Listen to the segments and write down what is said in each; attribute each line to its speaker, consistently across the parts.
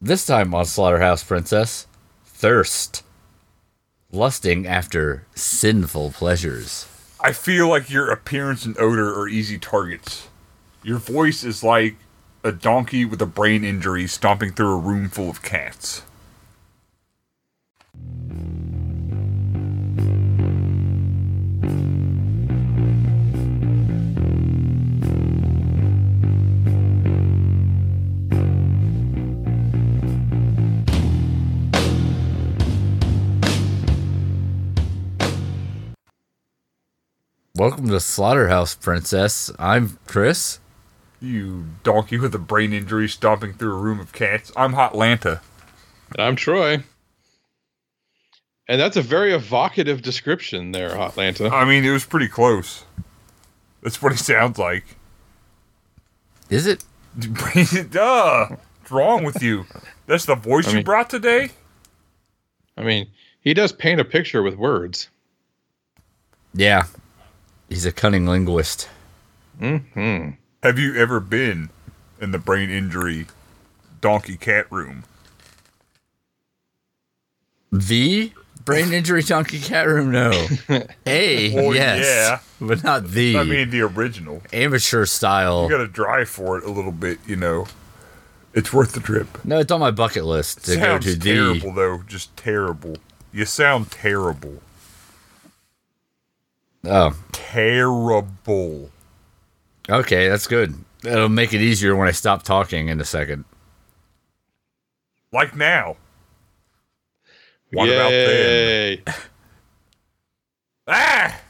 Speaker 1: This time on Slaughterhouse Princess, thirst, lusting after sinful pleasures.
Speaker 2: I feel like your appearance and odor are easy targets. Your voice is like a donkey with a brain injury stomping through a room full of cats.
Speaker 1: Welcome to Slaughterhouse Princess. I'm Chris.
Speaker 2: You donkey with a brain injury stomping through a room of cats. I'm Hot Lanta.
Speaker 3: And I'm Troy. And that's a very evocative description there, Hotlanta.
Speaker 2: I mean, it was pretty close. That's what it sounds like.
Speaker 1: Is it?
Speaker 2: Duh! What's wrong with you? That's the voice
Speaker 3: I
Speaker 2: you
Speaker 3: mean-
Speaker 2: brought today?
Speaker 3: I mean, he does paint a picture with words.
Speaker 1: Yeah. He's a cunning linguist.
Speaker 3: hmm
Speaker 2: Have you ever been in the brain injury donkey cat room?
Speaker 1: The brain injury donkey cat room? No. A,
Speaker 2: Well,
Speaker 1: yes.
Speaker 2: Oh, yeah.
Speaker 1: But not the.
Speaker 2: I mean, the original.
Speaker 1: amateur style.
Speaker 2: You gotta drive for it a little bit, you know. It's worth the trip.
Speaker 1: No, it's on my bucket list to go
Speaker 2: Sounds
Speaker 1: to the.
Speaker 2: terrible, though. Just terrible. You sound terrible.
Speaker 1: Oh,
Speaker 2: Terrible.
Speaker 1: okay, that's good. It'll make it easier when I stop talking in a second.
Speaker 2: Like now. What about then?
Speaker 3: Yay.
Speaker 2: Ah!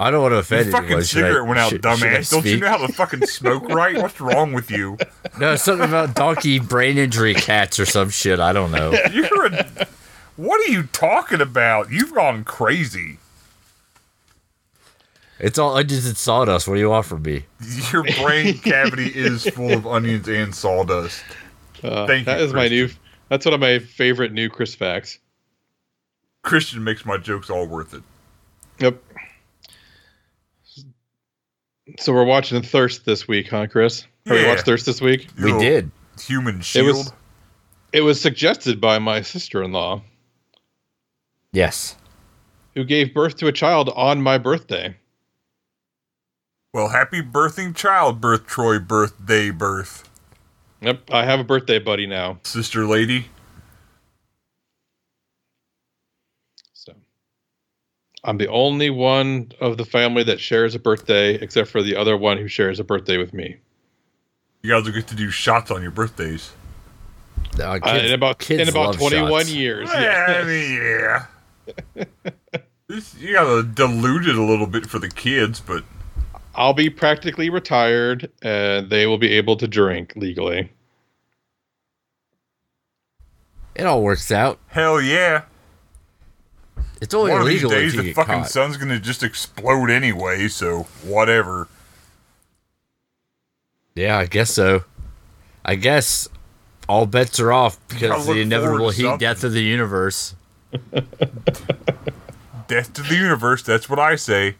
Speaker 1: I don't want to offend
Speaker 2: Your fucking
Speaker 1: anyone. Should I-
Speaker 2: cigarette went out,
Speaker 1: should- should I
Speaker 2: dumbass. Don't you
Speaker 1: speak?
Speaker 2: know how to fucking smoke right? What's wrong with you?
Speaker 1: No, it's something about donkey brain injury cats or some shit. I don't know.
Speaker 2: You're a. What are you talking about? You've gone crazy.
Speaker 1: It's all onions and sawdust. What do you offer me?
Speaker 2: Your brain cavity is full of onions and sawdust.
Speaker 3: Uh,
Speaker 2: Thank
Speaker 3: that
Speaker 2: you,
Speaker 3: is my new. That's one of my favorite new Chris facts.
Speaker 2: Christian makes my jokes all worth it.
Speaker 3: Yep. So we're watching Thirst this week, huh, Chris? Or we
Speaker 2: Yeah.
Speaker 3: watched Thirst this week.
Speaker 2: You
Speaker 1: we
Speaker 2: know,
Speaker 1: did.
Speaker 2: Human
Speaker 3: It
Speaker 2: shield.
Speaker 3: was. It was suggested by my sister-in-law,
Speaker 1: Yes.
Speaker 3: who gave birth to a child on my birthday.
Speaker 2: well, happy birthing childbirth, Troy birthday birth.
Speaker 3: Yep, I have a birthday buddy now.
Speaker 2: Sister lady.
Speaker 3: So I'm the only one of the family that shares a birthday, except for the other one who shares a birthday with me.
Speaker 2: You guys will get to do shots on your birthdays.
Speaker 1: Uh,
Speaker 3: Uh,
Speaker 1: kids-
Speaker 3: in about
Speaker 1: kids
Speaker 3: in about
Speaker 1: love
Speaker 3: 21
Speaker 1: shots.
Speaker 3: years.
Speaker 2: Yeah,
Speaker 3: Yeah.
Speaker 2: I mean, yeah. This- you gotta dilute it a little bit for the kids, but
Speaker 3: I'll be practically retired and they will be able to drink legally.
Speaker 1: It all works out.
Speaker 2: hell yeah.
Speaker 1: It's only
Speaker 2: One of these
Speaker 1: illegal
Speaker 2: days,
Speaker 1: if you
Speaker 2: the
Speaker 1: get
Speaker 2: fucking
Speaker 1: caught.
Speaker 2: sun's gonna just explode anyway, so whatever.
Speaker 1: Yeah, I guess so. I guess all bets are off
Speaker 2: Gotta
Speaker 1: because of
Speaker 2: look
Speaker 1: the inevitable
Speaker 2: forward to
Speaker 1: heat
Speaker 2: something.
Speaker 1: death of the universe.
Speaker 2: Death to the universe, that's what I say.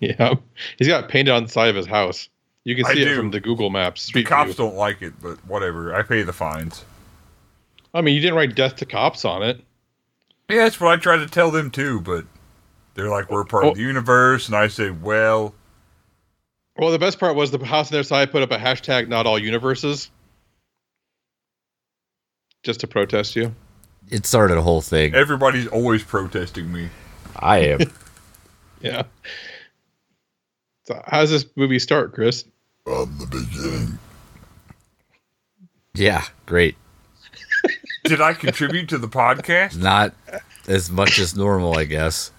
Speaker 3: Yeah. He's got it painted on the side of his house. You can
Speaker 2: I
Speaker 3: see it
Speaker 2: do.
Speaker 3: from the Google Maps.
Speaker 2: The
Speaker 3: Street
Speaker 2: cops
Speaker 3: view.
Speaker 2: don't like it, but whatever. I pay the fines.
Speaker 3: I mean, you didn't write death to cops on it.
Speaker 2: Yeah, that's what I tried to tell them too, but they're like, we're part
Speaker 3: Oh.
Speaker 2: of the universe. And I say, well,
Speaker 3: Well, the best part was the house on their side put up a hashtag not all universes just to protest you.
Speaker 1: It started a whole thing.
Speaker 2: everybody's always protesting me.
Speaker 1: I am.
Speaker 3: Yeah. So how does this movie start, Chris?
Speaker 2: From the beginning.
Speaker 1: Yeah, great.
Speaker 2: Did I contribute to the podcast?
Speaker 1: Not as much as normal, I guess.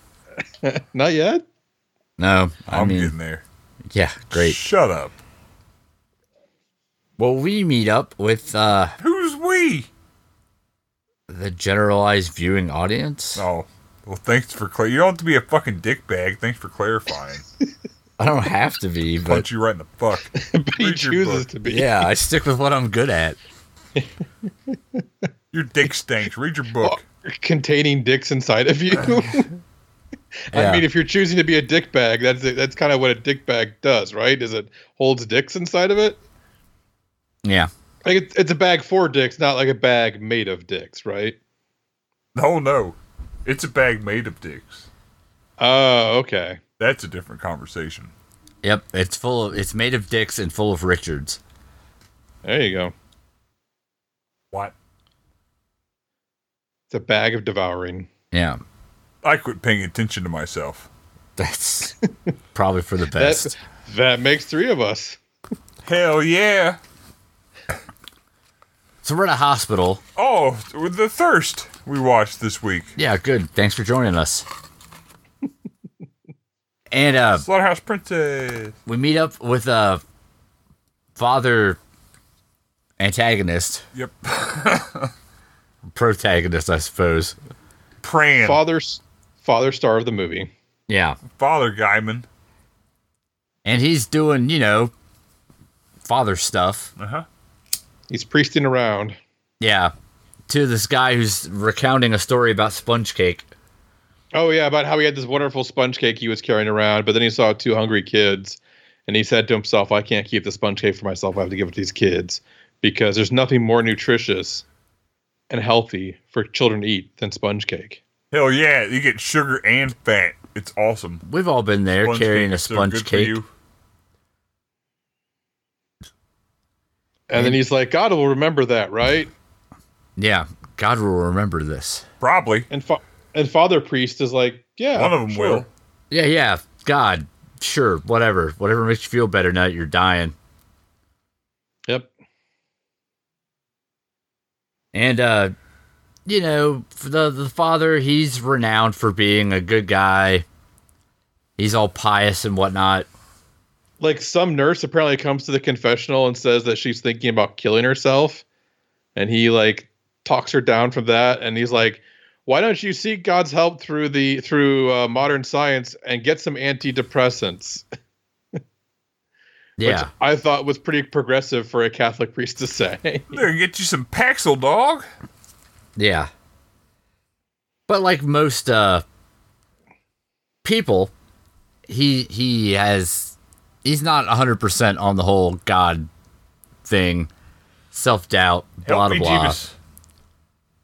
Speaker 3: Not yet.
Speaker 1: No, I
Speaker 2: I'm
Speaker 1: mean,
Speaker 2: getting there.
Speaker 1: yeah, great.
Speaker 2: Shut up.
Speaker 1: Well, we meet up with uh,
Speaker 2: Who's we?
Speaker 1: the generalized viewing audience.
Speaker 2: Oh, well, thanks for clear. You don't have to be a fucking dickbag. Thanks for clarifying.
Speaker 1: I don't have to be, but
Speaker 2: Punch you right in the fuck.
Speaker 3: but he
Speaker 2: Read your
Speaker 3: chooses
Speaker 2: book.
Speaker 3: to be.
Speaker 1: yeah, I stick with what I'm good at.
Speaker 2: Your dick stinks. Read your book.
Speaker 3: Containing dicks inside of you.
Speaker 1: Yeah.
Speaker 3: I mean, if you're choosing to be a dick bag, that's that's kind of what a dick bag does, right? Is it holds dicks inside of it?
Speaker 1: Yeah.
Speaker 3: Like it's, it's a bag for dicks, not like a bag made of dicks, right?
Speaker 2: No, no. It's a bag made of dicks.
Speaker 3: Oh, okay.
Speaker 2: That's a different conversation.
Speaker 1: Yep. It's full of. It's made of dicks and full of Richards.
Speaker 3: There you go.
Speaker 2: What?
Speaker 3: It's a bag of devouring.
Speaker 1: Yeah.
Speaker 2: I quit paying attention to myself.
Speaker 1: That's probably for the best.
Speaker 3: That, that makes three of us.
Speaker 2: Hell yeah.
Speaker 1: so we're at a hospital.
Speaker 2: Oh, with the thirst we watched this week.
Speaker 1: Yeah. Good. Thanks for joining us. and uh,
Speaker 2: Slaughterhouse Princess.
Speaker 1: we meet up with uh, father antagonist,
Speaker 2: Yep.
Speaker 1: protagonist, I suppose.
Speaker 2: Praying. Father,
Speaker 3: Father, father star of the movie.
Speaker 1: Yeah.
Speaker 2: Guyman.
Speaker 1: And he's doing, you know, father stuff.
Speaker 2: Uh huh.
Speaker 3: He's priesting around.
Speaker 1: Yeah. To this guy who's recounting a story about sponge cake.
Speaker 3: Oh yeah, about how he had this wonderful sponge cake he was carrying around, but then he saw two hungry kids, and he said to himself, "I can't keep the sponge cake for myself. I have to give it to these kids because there's nothing more nutritious and healthy for children to eat than sponge cake."
Speaker 2: Hell yeah. You get sugar and fat. It's awesome.
Speaker 1: We've all been there
Speaker 2: Sponge
Speaker 1: carrying a
Speaker 2: cake's so
Speaker 1: sponge
Speaker 2: good for
Speaker 1: cake.
Speaker 2: you.
Speaker 3: And then he's like, "God will remember that, right?"
Speaker 1: Yeah. God will remember this.
Speaker 2: Probably.
Speaker 3: And fa- and Father Priest is like, "Yeah,
Speaker 2: One of them
Speaker 3: sure.
Speaker 2: will.
Speaker 1: Yeah, yeah. God, sure, whatever. Whatever makes you feel better now that you're dying.
Speaker 3: Yep.
Speaker 1: And uh you know, for the the father, he's renowned for being a good guy. He's all pious and whatnot.
Speaker 3: like some nurse apparently comes to the confessional and says that she's thinking about killing herself and he like talks her down from that and he's like why don't you seek god's help through the through uh, modern science and get some antidepressants
Speaker 1: Yeah.
Speaker 3: which i thought was pretty progressive for a catholic priest to say
Speaker 2: There, get you some Paxil, dog.
Speaker 1: Yeah. But like most uh people, he he has he's not 100% on the whole god thing. Self-doubt, blah blah
Speaker 2: Help me,
Speaker 1: blah.
Speaker 2: Jeebus.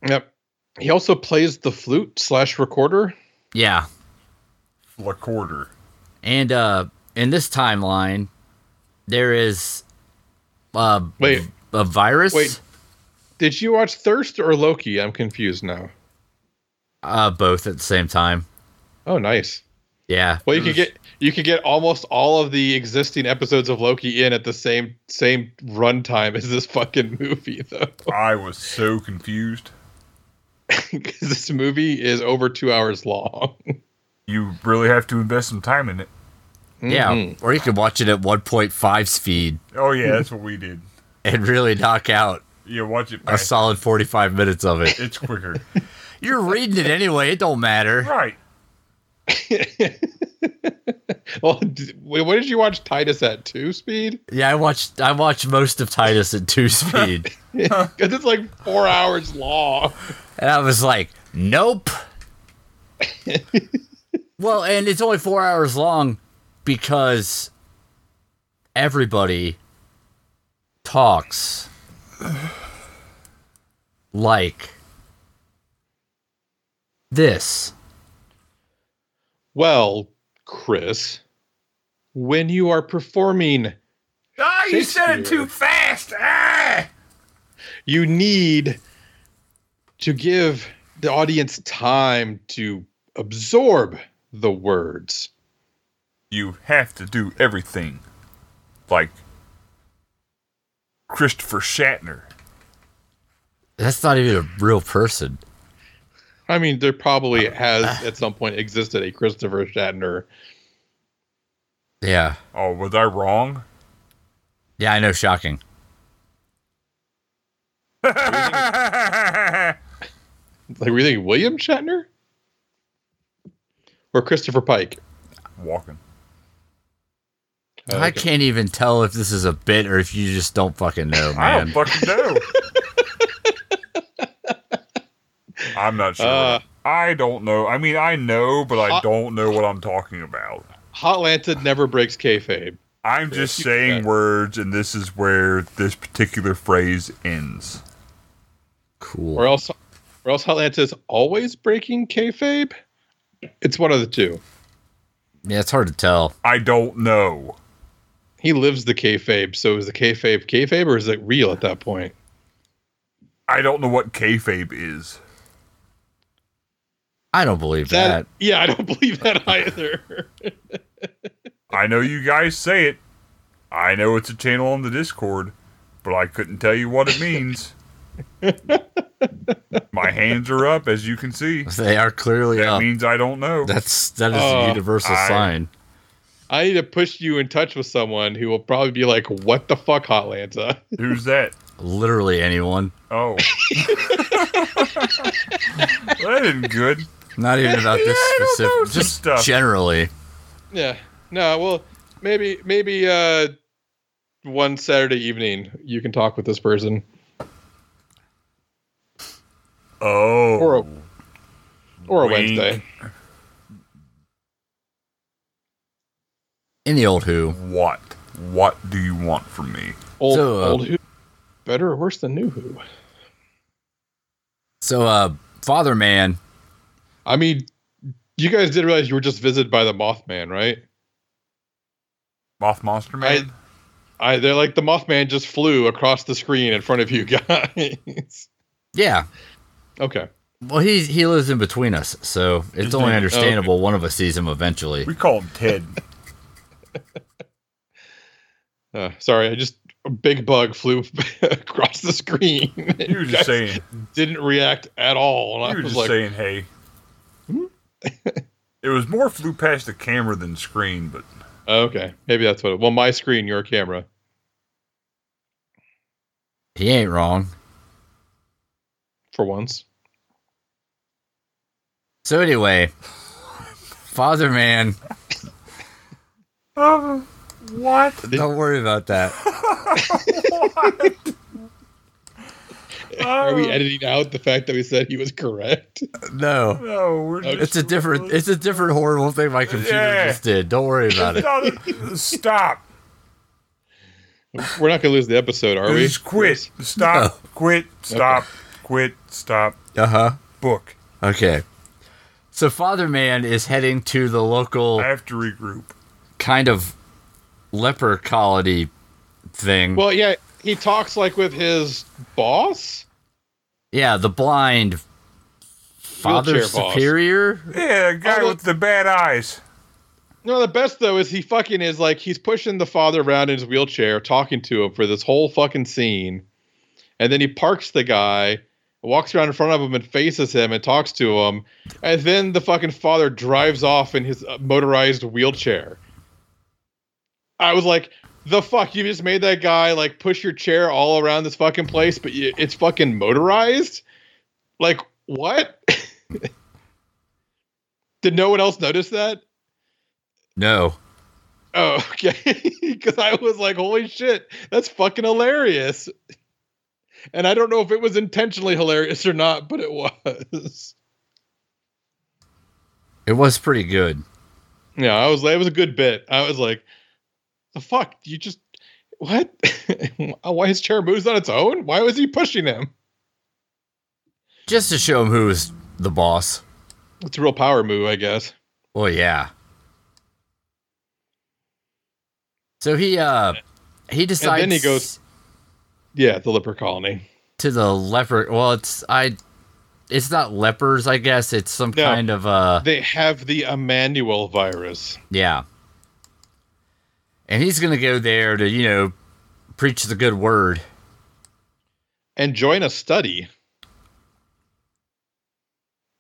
Speaker 3: yep he also plays the flute slash recorder
Speaker 1: Yeah.
Speaker 2: La quarter.
Speaker 1: And uh in this timeline there is uh
Speaker 3: Wait.
Speaker 1: a virus
Speaker 3: Wait. did you watch thirst or loki i'm confused now
Speaker 1: uh both at the same time.
Speaker 3: oh nice
Speaker 1: Yeah.
Speaker 3: Well, you could get you could get almost all of the existing episodes of Loki in at the same same runtime as this fucking movie, though,
Speaker 2: I was so confused.
Speaker 3: because this movie is over two hours long.
Speaker 2: You really have to invest some time in it.
Speaker 1: Yeah.
Speaker 3: Mhm.
Speaker 1: Or you could watch it at 1.5 speed
Speaker 2: Oh yeah, that's what we did.
Speaker 1: and really knock out
Speaker 2: Yeah, watch it.
Speaker 1: a
Speaker 2: back.
Speaker 1: solid 45 minutes of it.
Speaker 2: It's quicker.
Speaker 1: You're reading it anyway. It don't matter.
Speaker 2: right.
Speaker 3: well, d- wait, what did you watch Titus at two speed?
Speaker 1: Yeah, I watched. I watched most of Titus at two speed,
Speaker 3: Because it's like four hours long.
Speaker 1: and I was like, nope. well, and it's only four hours long because everybody talks like this.
Speaker 3: Well, Chris, when you are performing,
Speaker 2: Ah, you said it
Speaker 3: Shakespeare.
Speaker 2: too fast. Ah!
Speaker 3: you need to give the audience time to absorb the words.
Speaker 2: You have to do everything like Christopher Shatner.
Speaker 1: That's not even a real person.
Speaker 3: I mean, there probably has at some point existed a Christopher Shatner.
Speaker 1: Yeah.
Speaker 2: Oh, was I wrong?
Speaker 1: Yeah, I know. Shocking.
Speaker 3: Like, were you thinking William Shatner or Christopher Pike?
Speaker 2: Walking.
Speaker 3: Uh,
Speaker 1: I can't even tell if this is a bit or if you just don't fucking know,
Speaker 2: I don't
Speaker 1: man.
Speaker 2: fucking know. I'm not sure.
Speaker 3: Uh,
Speaker 2: I don't know. I mean, I know, but I
Speaker 3: Hot-
Speaker 2: don't know what I'm talking about.
Speaker 3: Hot Lanta never breaks kayfabe.
Speaker 2: I'm just
Speaker 3: you
Speaker 2: saying
Speaker 3: bet.
Speaker 2: words, and this is where this particular phrase ends.
Speaker 1: Cool.
Speaker 3: or else or else Hotlanta is always breaking kayfabe. It's one of the two.
Speaker 1: yeah, it's hard to tell.
Speaker 2: I don't know.
Speaker 3: He lives the kayfabe, so is the kayfabe kayfabe or is it real at that point?
Speaker 2: I don't know what kayfabe is.
Speaker 1: I don't believe that.
Speaker 3: yeah, I don't believe that either.
Speaker 2: I know you guys say it. I know it's a channel on the Discord, but I couldn't tell you what it means. My hands are up, as you can see.
Speaker 1: They are clearly
Speaker 2: That
Speaker 1: up.
Speaker 2: means I don't know.
Speaker 1: That's that is
Speaker 3: Oh,
Speaker 1: a universal
Speaker 2: I-
Speaker 1: sign.
Speaker 3: I need to push you in touch with someone who will probably be like, "What the fuck, Hotlanta?"
Speaker 2: Who's that?
Speaker 1: Literally anyone.
Speaker 2: Oh. that isn't good.
Speaker 1: Not even about this
Speaker 2: I don't know
Speaker 1: specific.
Speaker 2: some
Speaker 1: Just
Speaker 2: stuff.
Speaker 1: generally.
Speaker 3: yeah. No, well, maybe maybe uh one Saturday evening you can talk with this person
Speaker 2: Oh.
Speaker 3: or a, or a
Speaker 2: Wink.
Speaker 3: Wednesday.
Speaker 1: In the old Who.
Speaker 2: What? What do you want from me?
Speaker 3: Old
Speaker 1: So, uh,
Speaker 3: old who better or worse than new who?
Speaker 1: So, uh, Father Man.
Speaker 3: I mean, you guys did realize you were just visited by the Mothman, right?
Speaker 2: Moth Monster Man?
Speaker 3: I they're like the Mothman just flew across the screen in front of you guys.
Speaker 1: Yeah.
Speaker 3: okay.
Speaker 1: Well, he he lives in between us, so it's
Speaker 2: he?
Speaker 1: only understandable one of us sees him eventually.
Speaker 2: we call him Ted.
Speaker 3: Uh, sorry, I just a big bug flew across the screen.
Speaker 2: You were just saying.
Speaker 3: didn't react at all.
Speaker 2: You
Speaker 3: And
Speaker 2: were
Speaker 3: I was
Speaker 2: just
Speaker 3: like, Hmm?
Speaker 2: saying, hey. it was more flew past the camera than screen, but
Speaker 3: oh, okay, maybe that's what. It, well, my screen, your camera.
Speaker 1: He ain't wrong.
Speaker 3: For once,
Speaker 1: So anyway, Father Man,
Speaker 2: Um, what?
Speaker 1: don't worry about that.
Speaker 3: are
Speaker 2: Uh.
Speaker 3: we editing out the fact that we said he was correct?
Speaker 1: No,
Speaker 2: No, we're just.
Speaker 1: it's a different it's a different horrible thing my computer
Speaker 2: Yeah.
Speaker 1: just did. Don't worry about it.
Speaker 2: Stop. Stop.
Speaker 3: We're not gonna lose the episode, are we?
Speaker 2: Just quit. Stop. Quit. Stop. Quit. Stop.
Speaker 1: Uh huh.
Speaker 2: Book.
Speaker 1: Okay. So Father Man is heading to the local
Speaker 2: I have to regroup.
Speaker 1: kind of leper colony thing.
Speaker 3: Well, yeah, he talks like with his boss.
Speaker 1: yeah, the blind Father
Speaker 3: Wheelchair boss.
Speaker 1: Superior.
Speaker 2: Yeah, the guy
Speaker 3: Although-
Speaker 2: with the bad eyes.
Speaker 3: No, the best though is he fucking is like he's pushing the father around in his wheelchair, talking to him for this whole fucking scene, and then he parks the guy, walks around in front of him, and faces him and talks to him, and then the fucking father drives off in his uh, motorized wheelchair. I was like, the fuck, you just made that guy like push your chair all around this fucking place, but you, it's fucking motorized. Like what? Did no one else notice that?
Speaker 1: No.
Speaker 3: Oh, okay. Because I was like, holy shit, that's fucking hilarious. And I don't know if it was intentionally hilarious or not, but it was.
Speaker 1: It was pretty good.
Speaker 3: Yeah, I was like, it was a good bit. I was like, the fuck, you just, what? Why his chair moves on its own? Why was he pushing him?
Speaker 1: Just to show him who is the boss.
Speaker 3: It's a real power move, I guess.
Speaker 1: Well, yeah. So he uh he decides
Speaker 3: he goes- Yeah, the leper colony.
Speaker 1: to the leper. Well, it's I it's not lepers, I guess. It's some
Speaker 3: No.
Speaker 1: kind of uh
Speaker 3: They have the Emmanuel virus.
Speaker 1: Yeah. And he's going to go there to, you know, preach the good word.
Speaker 3: And join a study.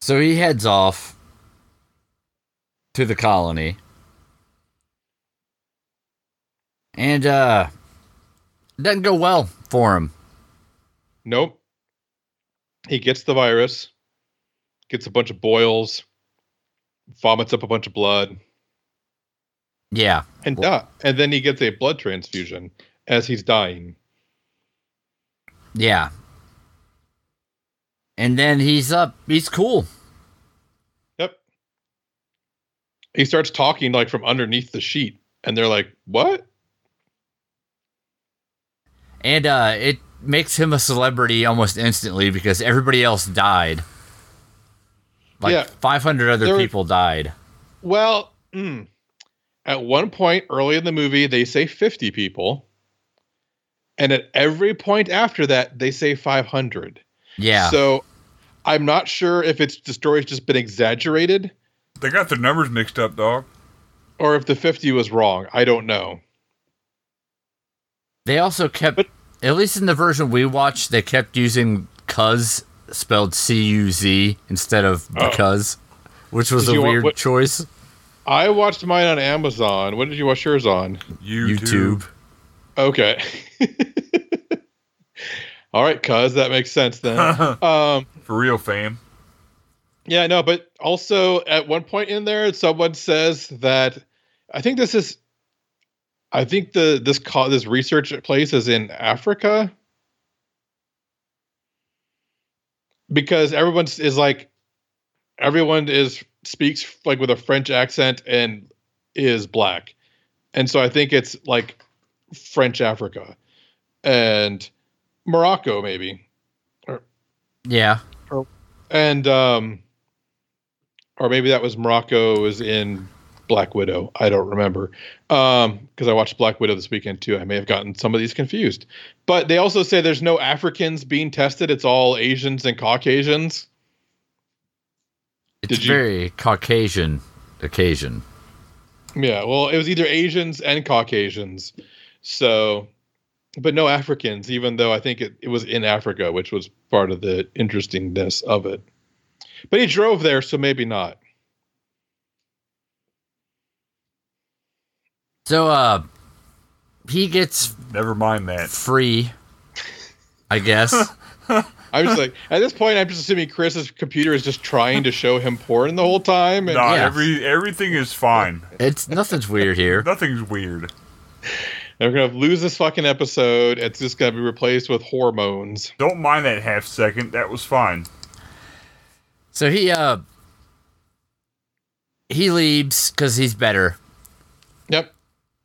Speaker 1: So he heads off to the colony. And uh doesn't go well for him.
Speaker 3: Nope. He gets the virus, gets a bunch of boils, vomits up a bunch of blood,
Speaker 1: Yeah.
Speaker 3: and die. And then he gets a blood transfusion as he's dying.
Speaker 1: Yeah. And then he's up. He's cool.
Speaker 3: Yep. He starts talking like from underneath the sheet, and they're like, "What?"
Speaker 1: and uh, it makes him a celebrity almost instantly because everybody else died. Like
Speaker 3: Yeah.
Speaker 1: 500 other
Speaker 3: There were-
Speaker 1: people died.
Speaker 3: Well, mm, at one point early in the movie, they say 50 people. And at every point after that, they say 500.
Speaker 1: Yeah,
Speaker 3: So I'm not sure if it's the story's just been exaggerated
Speaker 2: They got their numbers mixed up, dog.
Speaker 3: or if the 50 was wrong. I don't know.
Speaker 1: they also kept,
Speaker 3: but-
Speaker 1: at least in the version we watched, they kept using "cuz" spelled C-U-Z instead of
Speaker 3: Oh.
Speaker 1: because, which was
Speaker 3: Did
Speaker 1: a
Speaker 3: you want-
Speaker 1: weird
Speaker 3: what-
Speaker 1: choice.
Speaker 3: I watched mine on Amazon. What did you watch yours on?
Speaker 1: YouTube.
Speaker 2: YouTube.
Speaker 3: Okay. All right, cuz that makes sense then. um,
Speaker 2: For real, fam.
Speaker 3: Yeah, no, but also at one point in there, someone says that I think this is, I think the this co- this research place is in Africa because everyone is like, everyone is speaks like with a French accent and is black, and so I think it's like French Africa and Morocco maybe
Speaker 1: Yeah,
Speaker 3: and um or maybe that was morocco was in black widow i don't remember um because i watched black widow this weekend too i may have gotten some of these confused but they also say there's no africans being tested it's all asians and caucasians
Speaker 1: it's
Speaker 3: Did you-
Speaker 1: very Caucasian occasion.
Speaker 3: yeah well it was either asians and caucasians so but no africans even though i think it, it was in africa which was part of the interestingness of it but he drove there so maybe not
Speaker 1: So uh, he gets
Speaker 2: Never mind that.
Speaker 1: free, I guess.
Speaker 3: I'm just like at this point, I'm just assuming Chris's computer is just trying to show him porn the whole time. And
Speaker 2: Nah,
Speaker 1: Yeah.
Speaker 2: every everything is fine.
Speaker 1: it's nothing's weird here.
Speaker 2: Nothing's weird.
Speaker 3: they're gonna lose this fucking episode. It's just gonna be replaced with hormones.
Speaker 2: Don't mind that half second. That was fine.
Speaker 1: So he uh he leaves because he's better.
Speaker 3: Yep.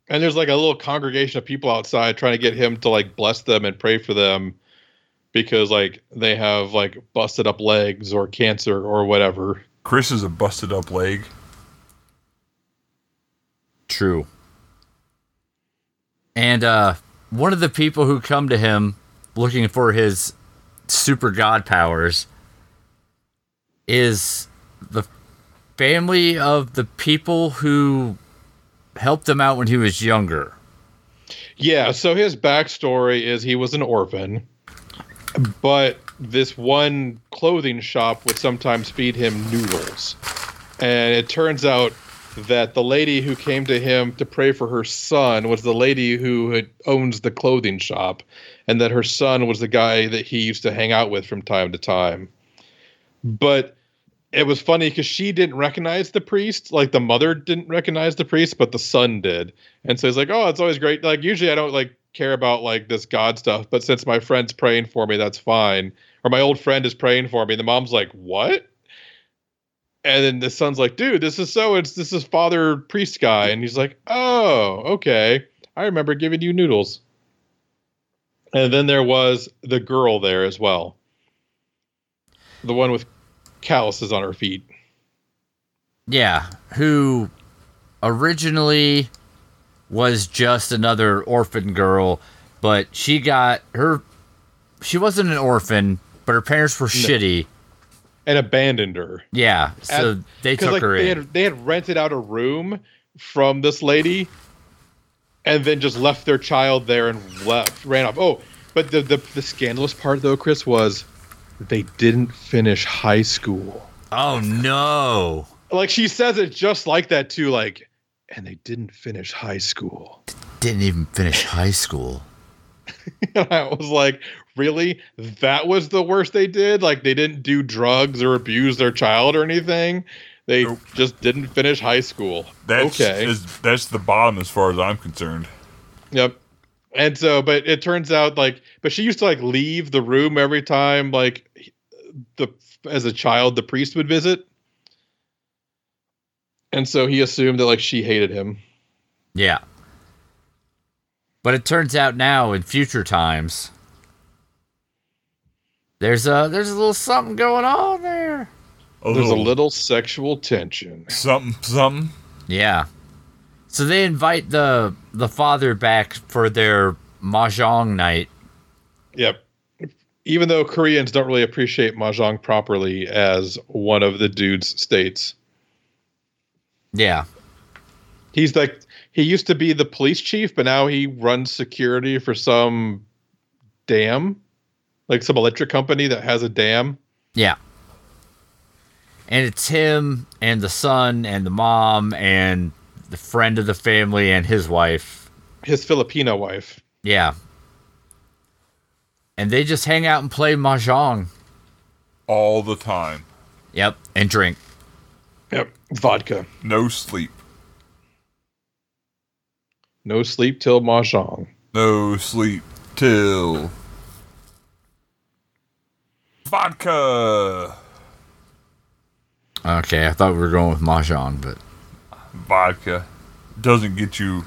Speaker 3: And there's like a little congregation of people outside trying to get him to like bless them and pray for them because like they have like busted up legs or cancer or whatever.
Speaker 2: Chris is a busted up leg.
Speaker 1: True. And uh one of the people who come to him looking for his super god powers is the family of the people who helped him out when he was younger.
Speaker 3: Yeah, so his backstory is he was an orphan, but this one clothing shop would sometimes feed him noodles. And it turns out that the lady who came to him to pray for her son was the lady who had, owns the clothing shop, and that her son was the guy that he used to hang out with from time to time. But it was funny because she didn't recognize the priest, like the mother didn't recognize the priest, but the son did. And so he's like, "Oh, it's always great. Like usually I don't like care about like this God stuff, but since my friend's praying for me, that's fine. Or my old friend is praying for me." The mom's like, "What?" And then the son's like, "Dude, this is so. It's this is Father Priest guy." And he's like, "Oh, okay. I remember giving you noodles." And then there was the girl there as well, the one with calluses on her feet.
Speaker 1: Yeah, who originally was just another orphan girl, but she got her. She wasn't an orphan, but her parents were shitty.
Speaker 3: And abandoned her.
Speaker 1: Yeah, so
Speaker 3: At-
Speaker 1: they
Speaker 3: because
Speaker 1: took
Speaker 3: like
Speaker 1: her
Speaker 3: they
Speaker 1: in.
Speaker 3: had they had rented out a room from this lady, and then just left their child there and left ran off. Oh, but the the, the scandalous part though, Chris, was they didn't finish high school.
Speaker 1: oh no!
Speaker 3: Like she says it just like that too. Like, and they didn't finish high school.
Speaker 1: Didn't even finish high school.
Speaker 3: And I was like, really? That was the worst they did. Like they didn't do drugs or abuse their child or anything. They
Speaker 2: Nope.
Speaker 3: just didn't finish high school.
Speaker 2: That's
Speaker 3: okay.
Speaker 2: is, that's the bottom as far as I'm concerned.
Speaker 3: Yep. And so, but it turns out like, but she used to like leave the room every time, like he- the as a child, the priest would visit. And so he assumed that like she hated him.
Speaker 1: Yeah. But it turns out now in future times there's a there's a little something going on there.
Speaker 2: A
Speaker 3: There's a
Speaker 2: little,
Speaker 3: little sexual tension.
Speaker 2: something, something.
Speaker 1: Yeah. So they invite the the father back for their mahjong night.
Speaker 3: Yep. Even though Koreans don't really appreciate mahjong properly, as one of the dudes states,
Speaker 1: Yeah.
Speaker 3: he's like he used to be the police chief, but now he runs security for some dam, like some electric company that has a dam.
Speaker 1: Yeah. And it's him and the son and the mom and the friend of the family and his wife.
Speaker 3: His Filipino wife.
Speaker 1: Yeah. And they just hang out and play mahjong.
Speaker 2: all the time.
Speaker 1: Yep. And drink.
Speaker 3: Yep. Vodka.
Speaker 2: No sleep.
Speaker 3: No sleep till mahjong.
Speaker 2: No sleep till vodka.
Speaker 1: Okay, I thought we were going with mahjong, but
Speaker 2: Vodka doesn't get you.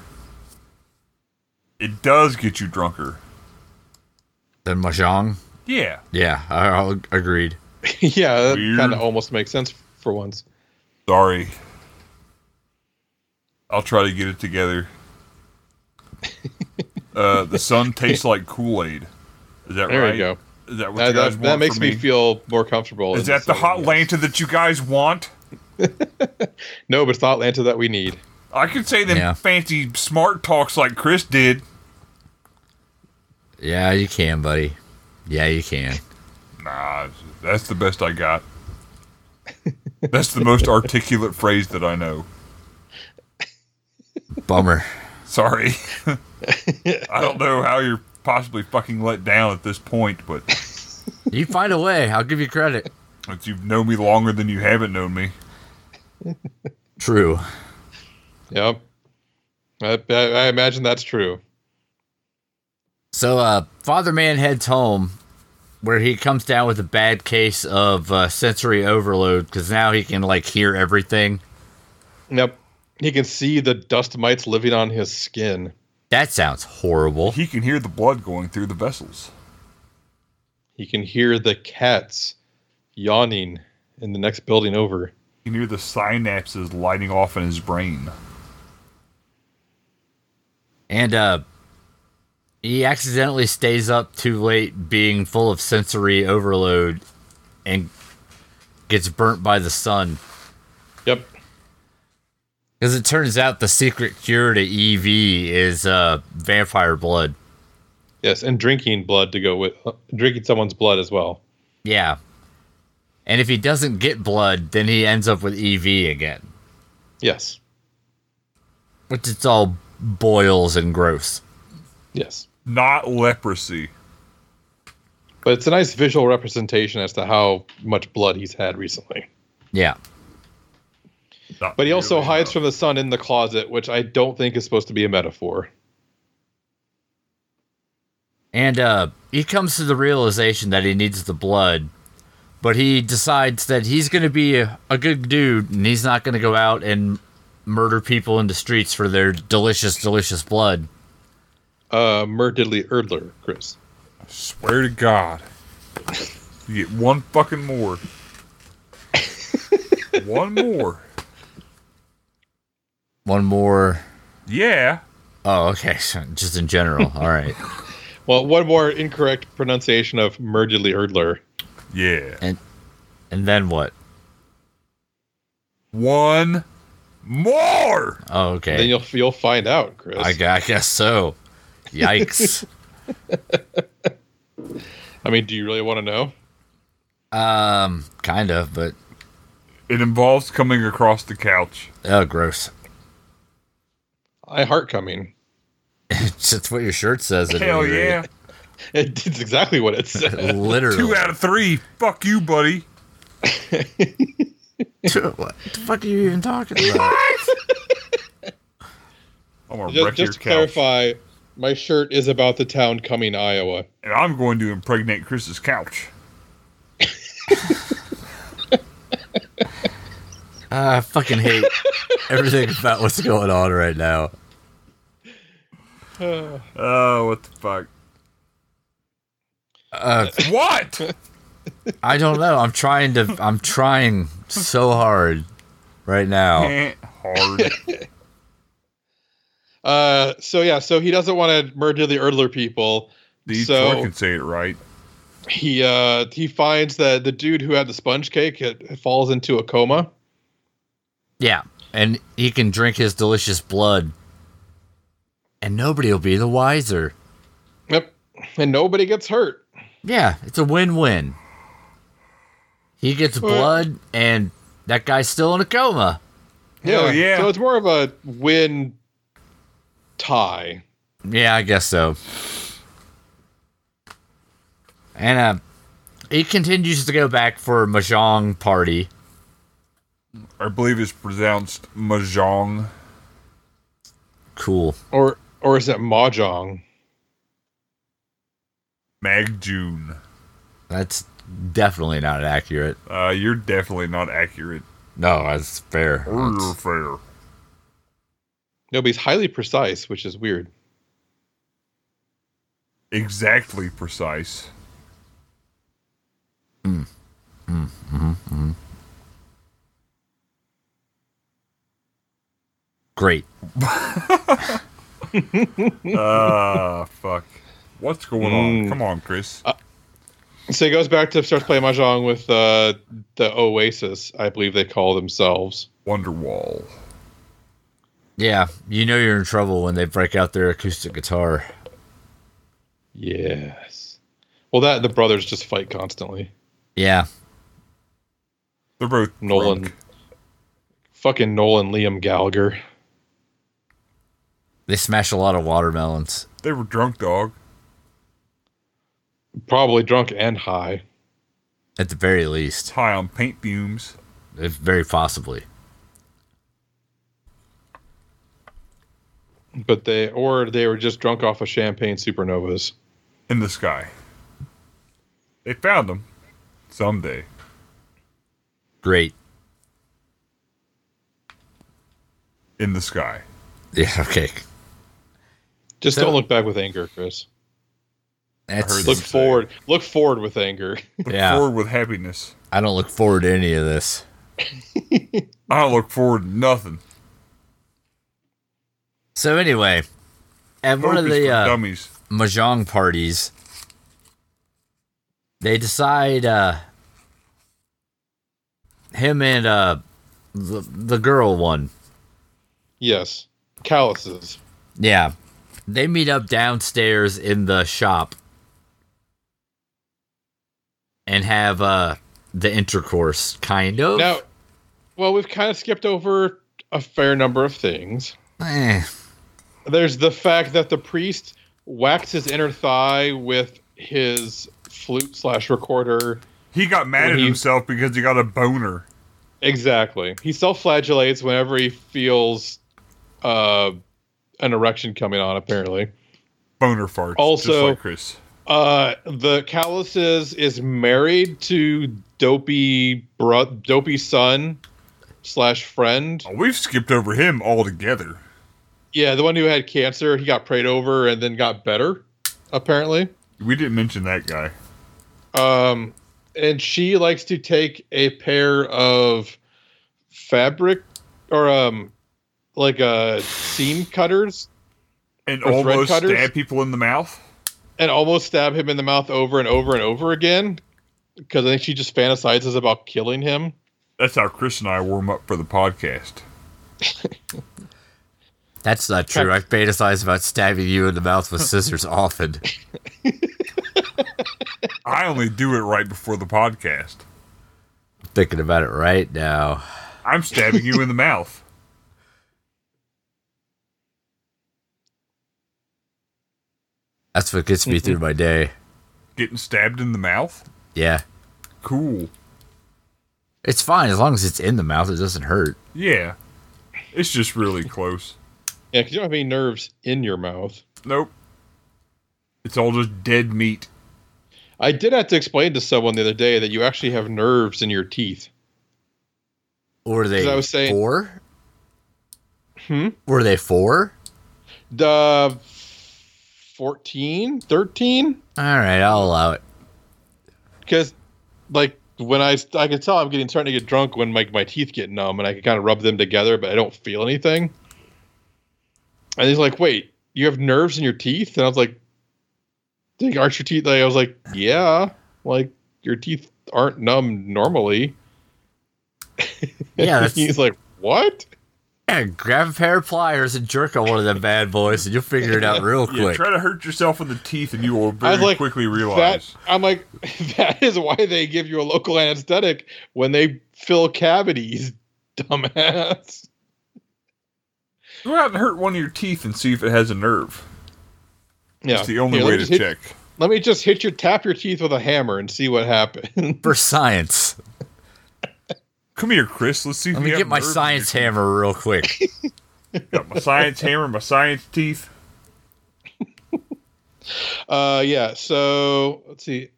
Speaker 2: It does get you drunker.
Speaker 1: then mahjong.
Speaker 2: Yeah.
Speaker 1: Yeah, I, I agreed.
Speaker 3: yeah, that
Speaker 2: Weird.
Speaker 3: kind of almost makes sense for once.
Speaker 2: Sorry. I'll try to get it together. uh, the sun tastes like Kool Aid. Is that
Speaker 3: There
Speaker 2: right?
Speaker 3: you go.
Speaker 2: Is that what
Speaker 3: That,
Speaker 2: you guys
Speaker 3: that,
Speaker 2: want
Speaker 3: that makes
Speaker 2: from
Speaker 3: me
Speaker 2: me
Speaker 3: feel more comfortable.
Speaker 2: Is
Speaker 3: in
Speaker 2: that
Speaker 3: this
Speaker 2: the
Speaker 3: setting,
Speaker 2: hot
Speaker 3: yes.
Speaker 2: lanta that you guys want?
Speaker 3: No, but it's not Atlanta that we need.
Speaker 2: I could say them
Speaker 1: Yeah.
Speaker 2: fancy smart talks like Chris did.
Speaker 1: Yeah, you can, buddy. Yeah, you can.
Speaker 2: Nah, that's the best I got. That's the most articulate phrase that I know.
Speaker 1: Bummer.
Speaker 2: Sorry. I don't know how you're possibly fucking let down at this point, but
Speaker 1: You find a way. I'll give you credit.
Speaker 2: since you've known me longer than you haven't known me,
Speaker 1: True.
Speaker 3: Yep. I, I, I imagine that's true.
Speaker 1: So, uh, Father Man heads home where he comes down with a bad case of uh, sensory overload because now he can, like, hear everything.
Speaker 3: Yep. He can see the dust mites living on his skin.
Speaker 1: That sounds horrible.
Speaker 2: he can hear the blood going through the vessels.
Speaker 3: He can hear the cats yawning in the next building over.
Speaker 2: He can hear the synapses lighting off in his brain.
Speaker 1: And, uh, he accidentally stays up too late being full of sensory overload and gets burnt by the sun.
Speaker 3: Yep.
Speaker 1: Because it turns out the secret cure to EV is uh, vampire blood.
Speaker 3: Yes, and drinking blood to go with uh, drinking someone's blood as well.
Speaker 1: Yeah. And if he doesn't get blood, then he ends up with EV again,
Speaker 3: Yes.
Speaker 1: which it's all boils and gross.
Speaker 3: Yes.
Speaker 2: Not leprosy.
Speaker 3: But it's a nice visual representation as to how much blood he's had recently.
Speaker 1: Yeah.
Speaker 2: Not
Speaker 3: But he also
Speaker 2: nearly
Speaker 3: hides
Speaker 2: enough.
Speaker 3: from the sun in the closet, which I don't think is supposed to be a metaphor.
Speaker 1: And uh, he comes to the realization that he needs the blood, but he decides that he's going to be a, a good dude and he's not going to go out and murder people in the streets for their delicious, delicious blood.
Speaker 3: Uh, Murdiddly Erdler, Chris.
Speaker 2: Swear to God. You get one fucking more. one more.
Speaker 1: One more.
Speaker 2: Yeah.
Speaker 1: Oh, okay. So just in general. All right.
Speaker 3: Well, one more incorrect pronunciation of Murdiddly Erdler.
Speaker 2: Yeah.
Speaker 1: And and then what?
Speaker 2: One more.
Speaker 1: Oh,
Speaker 3: Then
Speaker 1: okay.
Speaker 3: you'll you'll find out, Chris.
Speaker 1: I, gu- I guess so. Yikes.
Speaker 3: I mean, do you really want to know?
Speaker 1: um, kind of, but
Speaker 2: It involves coming across the couch.
Speaker 1: oh, gross.
Speaker 3: I heart coming.
Speaker 1: It's just what your shirt says. at
Speaker 2: Hell
Speaker 1: any rate.
Speaker 2: yeah.
Speaker 3: It, it's exactly what it said.
Speaker 1: Literally.
Speaker 2: Two out of three. Fuck you, buddy.
Speaker 1: Two- what the fuck are you even talking about?
Speaker 2: I'm gonna
Speaker 3: just
Speaker 2: wreck
Speaker 3: just to
Speaker 2: your couch.
Speaker 3: clarify, my shirt is about the town coming, Iowa.
Speaker 2: And I'm going to impregnate Chris's couch.
Speaker 1: I fucking hate everything about what's going on right now.
Speaker 2: Oh, what the fuck?
Speaker 1: Uh,
Speaker 2: What?
Speaker 1: I don't know. I'm trying to. I'm trying so hard right now.
Speaker 2: Eh, Hard.
Speaker 3: Uh, so yeah, so he doesn't want to murder the Erdler people.
Speaker 2: These
Speaker 3: So-
Speaker 2: fucking say it right.
Speaker 3: He uh, he finds that the dude who had the sponge cake it falls into a coma.
Speaker 1: Yeah, and he can drink his delicious blood, and nobody will be the wiser.
Speaker 3: Yep, and nobody gets hurt.
Speaker 1: Yeah, it's a win-win. He gets blood, and that guy's still in a coma.
Speaker 2: Hell yeah.
Speaker 3: So it's more of a win tie.
Speaker 1: Yeah, I guess so. And uh, he continues to go back for a mahjong party.
Speaker 2: I believe it's pronounced mahjong.
Speaker 1: Cool.
Speaker 3: Or or is it mahjong?
Speaker 2: Mag June.
Speaker 1: That's definitely not accurate.
Speaker 2: Uh, you're definitely not accurate.
Speaker 1: No, that's fair.
Speaker 2: Or
Speaker 1: That's-
Speaker 2: you're fair.
Speaker 3: Nobody's highly precise, which is weird.
Speaker 2: Exactly precise.
Speaker 1: great.
Speaker 2: Ah, fuck. What's going on?
Speaker 3: Mm.
Speaker 2: Come on, Chris.
Speaker 3: So he goes back to starts playing mahjong with uh, the Oasis, I believe they call themselves.
Speaker 2: Wonderwall.
Speaker 1: Yeah, you know you're in trouble when they break out their acoustic guitar.
Speaker 3: Yes. Well, that the brothers just fight constantly.
Speaker 1: Yeah,
Speaker 2: They're both
Speaker 3: Nolan.
Speaker 2: drunk.
Speaker 3: Fucking Nolan Liam Gallagher.
Speaker 1: they smash a lot of watermelons.
Speaker 2: They were drunk, dog.
Speaker 3: Probably drunk and high.
Speaker 1: At the very least,
Speaker 2: High on paint fumes.
Speaker 1: if very possibly.
Speaker 3: But they or they were just drunk off of champagne supernovas.
Speaker 2: in the sky. They found them someday.
Speaker 1: Great.
Speaker 2: In the sky.
Speaker 1: Yeah. Okay.
Speaker 3: Just
Speaker 1: So-
Speaker 3: don't look back with anger, Chris.
Speaker 1: That's,
Speaker 2: heard
Speaker 3: Look
Speaker 2: Insane.
Speaker 3: forward. Look forward with anger.
Speaker 2: Look
Speaker 1: Yeah.
Speaker 2: forward with happiness.
Speaker 1: I don't look forward to any of this.
Speaker 2: I don't look forward to nothing.
Speaker 1: So anyway, at one
Speaker 2: Hope
Speaker 1: of
Speaker 2: is
Speaker 1: the
Speaker 2: for
Speaker 1: uh,
Speaker 2: dummies.
Speaker 1: mahjong parties, they decide uh, him and uh, the, the girl one.
Speaker 3: yes. Calluses.
Speaker 1: Yeah, they meet up downstairs in the shop and have uh, the intercourse, kind of.
Speaker 3: Now well, we've kind of skipped over a fair number of things.
Speaker 1: Eh,
Speaker 3: There's the fact that the priest whacks his inner thigh with his flute slash recorder.
Speaker 2: He got mad
Speaker 3: When
Speaker 2: at
Speaker 3: he-
Speaker 2: himself because he got a boner.
Speaker 3: Exactly. He self-flagellates whenever he feels uh, an erection coming on. Apparently,
Speaker 2: Boner farts. just
Speaker 3: Also-
Speaker 2: like Chris.
Speaker 3: uh, the Calluses is married to dopey bro- dopey son slash friend.
Speaker 2: Oh, we've skipped over him altogether.
Speaker 3: Yeah, the one who had cancer. He got prayed over and then got better. Apparently.
Speaker 2: We didn't mention that guy.
Speaker 3: Um, and she likes to take a pair of fabric or um, like uh seam cutters
Speaker 2: And
Speaker 3: Or thread
Speaker 2: almost
Speaker 3: cutters?
Speaker 2: stab people in the mouth.
Speaker 3: and almost stab him in the mouth over and over and over again because I think she just fantasizes about killing him.
Speaker 2: That's how Chris and I warm up for the podcast.
Speaker 1: that's not true. I fantasize about stabbing you in the mouth with scissors often.
Speaker 2: I only do it right before the podcast.
Speaker 1: Thinking about it right now.
Speaker 2: I'm stabbing you in the mouth.
Speaker 1: That's what gets me
Speaker 3: Mm-hmm.
Speaker 1: through my day.
Speaker 2: Getting stabbed in the mouth?
Speaker 1: Yeah.
Speaker 2: Cool.
Speaker 1: It's fine as long as it's in the mouth, it doesn't hurt.
Speaker 2: Yeah. It's just really close.
Speaker 3: Yeah, because you don't have any nerves in your mouth.
Speaker 2: Nope. It's all just dead meat.
Speaker 3: I did have to explain to someone the other day that you actually have nerves in your teeth.
Speaker 1: Were they
Speaker 3: 'Cause I was saying-
Speaker 1: four?
Speaker 3: Hmm?
Speaker 1: Were they four?
Speaker 3: The 14, 13.
Speaker 1: All right, I'll allow it.
Speaker 3: because like when I I can tell I'm getting starting to get drunk when my my teeth get numb and I can kind of rub them together but I don't feel anything. And he's like, "Wait, you have nerves in your teeth?" And I was like, "Think aren't your teeth?" Like I was like, "Yeah, like your teeth aren't numb normally."
Speaker 1: Yeah, that's-
Speaker 3: he's like, "What?"
Speaker 1: Yeah, grab a pair of pliers and jerk on one of them bad boys, and you'll figure it out real
Speaker 2: Yeah,
Speaker 1: quick.
Speaker 2: try to hurt yourself in the teeth, and you will
Speaker 3: I
Speaker 2: very
Speaker 3: was like,
Speaker 2: quickly realize.
Speaker 3: That, I'm like, that is why they give you a local anesthetic when they fill cavities, dumbass.
Speaker 2: Go out and hurt one of your teeth and see if it has a nerve.
Speaker 3: Yeah,
Speaker 2: It's the only
Speaker 3: Here, let
Speaker 2: way
Speaker 3: me
Speaker 2: to
Speaker 3: just hit-
Speaker 2: check.
Speaker 3: Let me just hit your tap your teeth with a hammer and see what happens.
Speaker 1: For science,
Speaker 2: Come here, Chris. Let's see. if
Speaker 1: let
Speaker 2: you
Speaker 1: me
Speaker 2: have
Speaker 1: get my
Speaker 2: nerve in
Speaker 1: science
Speaker 2: your-
Speaker 1: hammer real quick.
Speaker 2: Got my science hammer, my science teeth.
Speaker 3: uh, yeah. So let's see.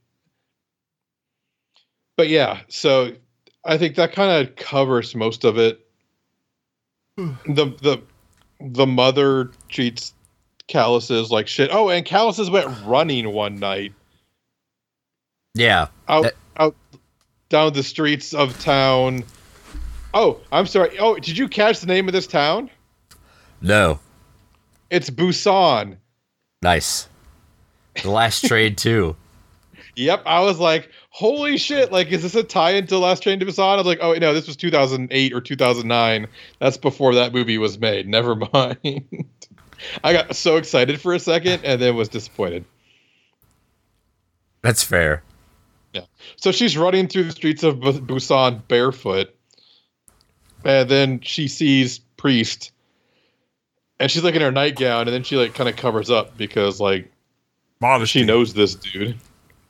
Speaker 3: But yeah, so I think that kind of covers most of it. the the the mother treats calluses like shit. Oh, and calluses went running one night.
Speaker 1: Yeah,
Speaker 3: out
Speaker 1: That-
Speaker 3: out down the streets of town. Oh, I'm sorry. Oh, did you catch the name of this town?
Speaker 1: no,
Speaker 3: It's Busan.
Speaker 1: nice. The last trade too.
Speaker 3: Yep, I was like, holy shit! Like, is this a tie-in to Last Train to Busan? I was like, oh no, this was 2008 or 2009. That's before that movie was made. Never mind. I got so excited for a second and then was disappointed.
Speaker 1: That's fair.
Speaker 3: So she's running through the streets of Bu- Busan barefoot, and then she sees priest, and she's like in her nightgown, and then she like kind of covers up because like
Speaker 2: Modesty.
Speaker 3: she knows this dude,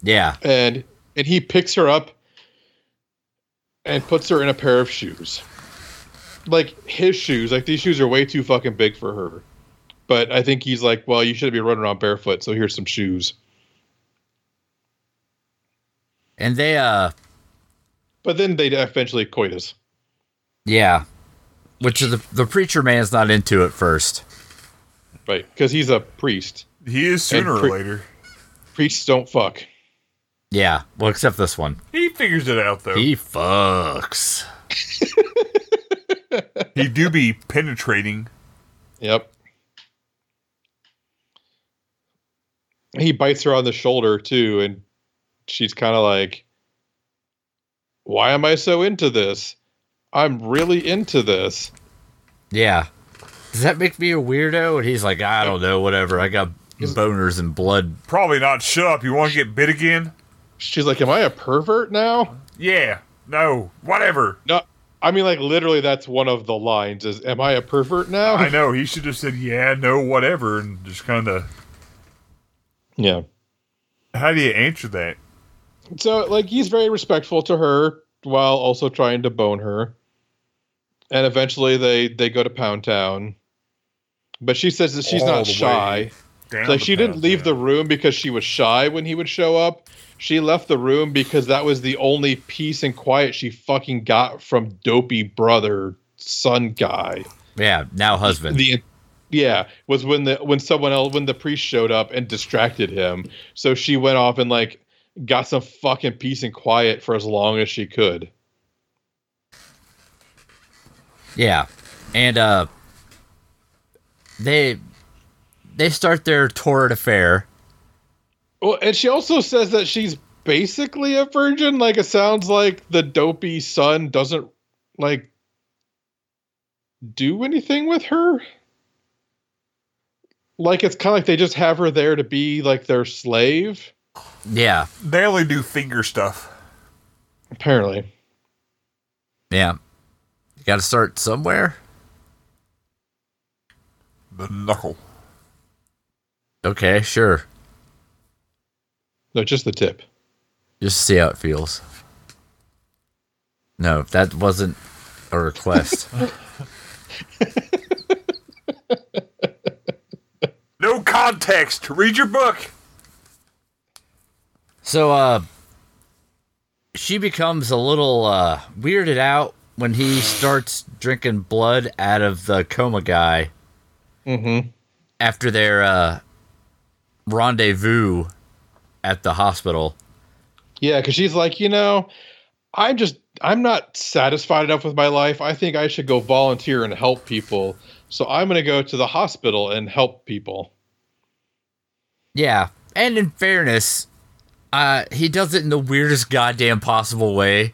Speaker 1: Yeah,
Speaker 3: and and he picks her up and puts her in a pair of shoes, like his shoes. Like these shoes are way too fucking big for her, but I think he's like, well, you shouldn't be running around barefoot, so here's some shoes.
Speaker 1: and they uh,
Speaker 3: But then they eventually coitus.
Speaker 1: yeah, which the the preacher man's not into at first.
Speaker 3: Right, because he's a priest.
Speaker 2: He is sooner
Speaker 3: And pre-
Speaker 2: or later.
Speaker 3: priests don't fuck.
Speaker 1: Yeah, well, except this one.
Speaker 2: He figures it out though. He,
Speaker 1: He fucks.
Speaker 2: do be penetrating.
Speaker 3: Yep. He bites her on the shoulder too, and she's kind of like, "Why am I so into this? I'm really into this."
Speaker 1: Yeah. Does that make me a weirdo? And he's like, I don't know, whatever. I got boners and blood.
Speaker 2: Probably not. Shut up. You want to get bit again?
Speaker 3: She's like, "Am I a pervert now?"
Speaker 2: Yeah. No. Whatever.
Speaker 3: No, I mean like literally, that's one of the lines: "Is am I a pervert now?"
Speaker 2: I know. He should have said yeah, no, whatever, and just kind of.
Speaker 3: yeah.
Speaker 2: How do you answer that?
Speaker 3: so like he's very respectful to her while also trying to bone her and eventually they they go to pound town but she says that she's
Speaker 2: All
Speaker 3: not
Speaker 2: the
Speaker 3: shy
Speaker 2: way Damn
Speaker 3: like she didn't leave the room because she was shy when he would show up she left the room because that was the only peace and quiet she fucking got from dopey brother son guy
Speaker 1: Yeah, now husband.
Speaker 3: the yeah was when the when someone else when the priest showed up and distracted him so she went off and like got some fucking peace and quiet for as long as she could
Speaker 1: yeah. And uh they they start their torrid affair.
Speaker 3: well and she also says that she's basically a virgin like it sounds like the dopey son doesn't like do anything with her like it's kind of like they just have her there to be like their slave
Speaker 1: Yeah.
Speaker 2: They only do finger stuff.
Speaker 3: apparently
Speaker 1: Yeah. You gotta start somewhere.
Speaker 2: The knuckle.
Speaker 1: Okay, sure.
Speaker 3: no just the tip
Speaker 1: Just see how it feels. No, that wasn't a request.
Speaker 2: No context. Read your book.
Speaker 1: So uh she becomes a little uh weirded out when he starts drinking blood out of the coma guy
Speaker 3: mm-hmm
Speaker 1: after their uh rendezvous at the hospital.
Speaker 3: Yeah, because she's like, you know, I'm just, I'm not satisfied enough with my life. I think I should go volunteer and help people. So I'm going to go to the hospital and help people.
Speaker 1: Yeah, and in fairness, uh, he does it in the weirdest goddamn possible way.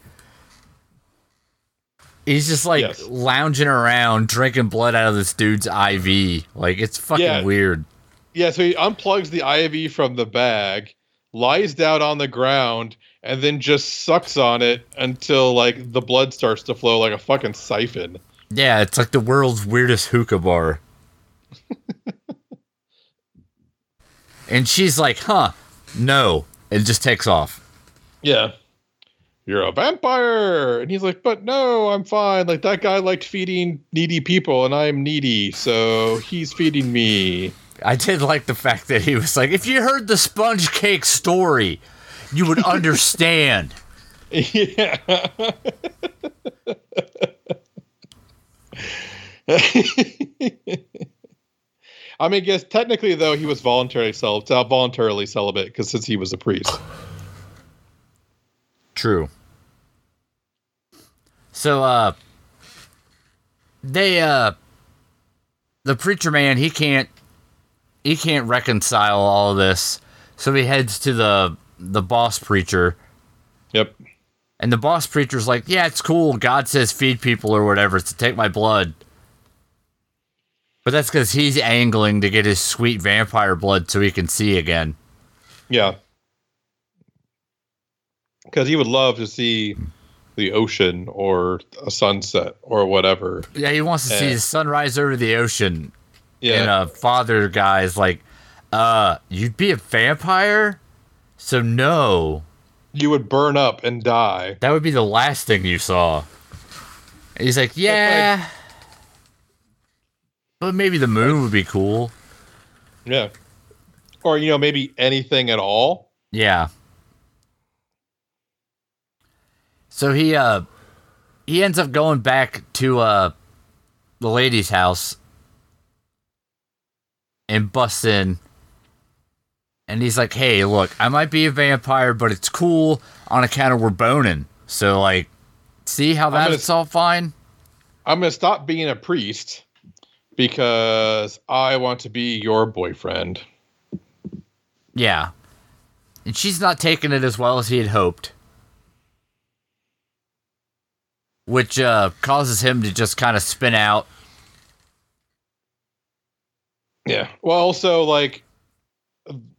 Speaker 1: He's just like
Speaker 3: Yes.
Speaker 1: lounging around, drinking blood out of this dude's IV. Like it's fucking
Speaker 3: Yeah.
Speaker 1: weird.
Speaker 3: Yeah, so he unplugs the IV from the bag, lies down on the ground, and then just sucks on it until like the blood starts to flow like a fucking siphon.
Speaker 1: Yeah, it's like the world's weirdest hookah bar. and she's like, "Huh, no," and just takes off.
Speaker 3: Yeah. You're a vampire. And he's like, but no, I'm fine. Like that guy liked feeding needy people and I'm needy, so he's feeding me.
Speaker 1: I did like the fact that he was like, "If you heard the sponge cake story, you would understand."
Speaker 3: yeah. I mean, guess technically though he was voluntarily celibate, uh, voluntarily celibate because since he was a priest.
Speaker 1: True. So uh they uh the preacher man he can't he can't reconcile all this. So he heads to the the boss preacher
Speaker 3: Yep.
Speaker 1: and the boss preacher's like, "Yeah, it's cool. God says feed people or whatever, to take my blood." But that's cuz he's angling to get his sweet vampire blood so he can see again.
Speaker 3: Yeah. Because he would love to see the ocean or a sunset or whatever.
Speaker 1: Yeah, he wants to see
Speaker 3: Yeah.
Speaker 1: the sunrise over the ocean
Speaker 3: Yeah.
Speaker 1: and a father guy is like, uh, you'd be a vampire? So no.
Speaker 3: you would burn up and die.
Speaker 1: That would be the last thing you saw. And he's like, Yeah. But maybe the moon would be cool.
Speaker 3: Yeah. Or, you know, maybe anything at all.
Speaker 1: Yeah. So he uh he ends up going back to uh the lady's house and busts in and he's like, Hey, look, I might be a vampire, but it's cool on account of we're boning. So like see how
Speaker 3: gonna
Speaker 1: that's all fine?
Speaker 3: I'm going to stop being a priest because I want to be your boyfriend.
Speaker 1: Yeah. And she's not taking it as well as he had hoped. Which uh, causes him to just kind of spin out.
Speaker 3: Yeah. Well, also, like,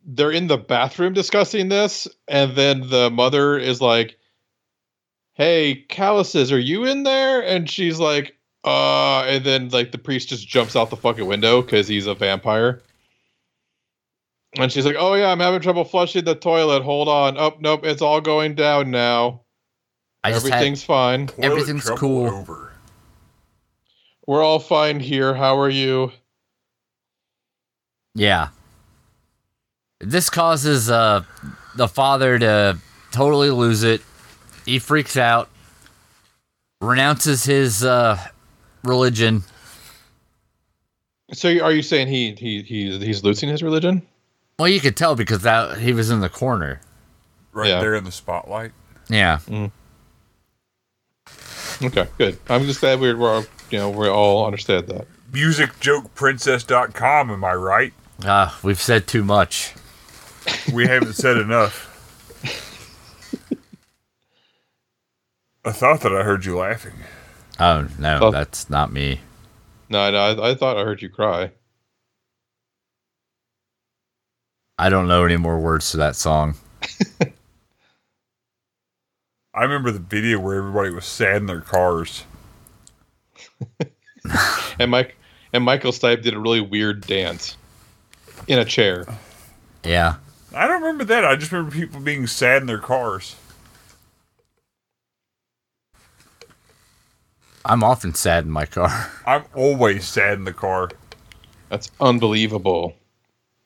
Speaker 3: they're in the bathroom discussing this, and then the mother is like, Hey, calluses, are you in there? And she's like, Uh, and then, like, the priest just jumps out the fucking window because he's a vampire. And she's like, Oh, yeah, I'm having trouble flushing the toilet. Hold on. Oh, nope, it's all going down now.
Speaker 1: I just had,
Speaker 3: Everything's fine.
Speaker 2: Toilet
Speaker 1: Everything's
Speaker 2: trouble
Speaker 1: cool.
Speaker 2: Over.
Speaker 3: We're all fine here. How are you?
Speaker 1: yeah. This causes uh, the father to totally lose it. He freaks out, renounces his uh, religion.
Speaker 3: So, are you saying he he he's, he's losing his religion?
Speaker 1: Well, you could tell because that he was in the corner.
Speaker 2: Right
Speaker 3: Yeah.
Speaker 2: there in the spotlight.
Speaker 1: Yeah.
Speaker 3: Okay, good. I'm just glad we're, we're you know we all understand that.
Speaker 2: MusicJokePrincess.com, am I right?
Speaker 1: Uh, we've said too much.
Speaker 2: We haven't said enough. I thought that I heard you laughing.
Speaker 1: Oh, no,
Speaker 3: Oh.
Speaker 1: that's not me.
Speaker 3: No, no, I, I thought I heard you cry.
Speaker 1: I don't know any more words to that song.
Speaker 2: I remember the video where everybody was sad in their cars.
Speaker 3: And Mike and Michael Stipe did a really weird dance in a chair.
Speaker 1: Yeah.
Speaker 2: I don't remember that. I just remember people being sad in their cars.
Speaker 1: I'm often sad in my car.
Speaker 2: I'm always sad in the car.
Speaker 3: That's unbelievable.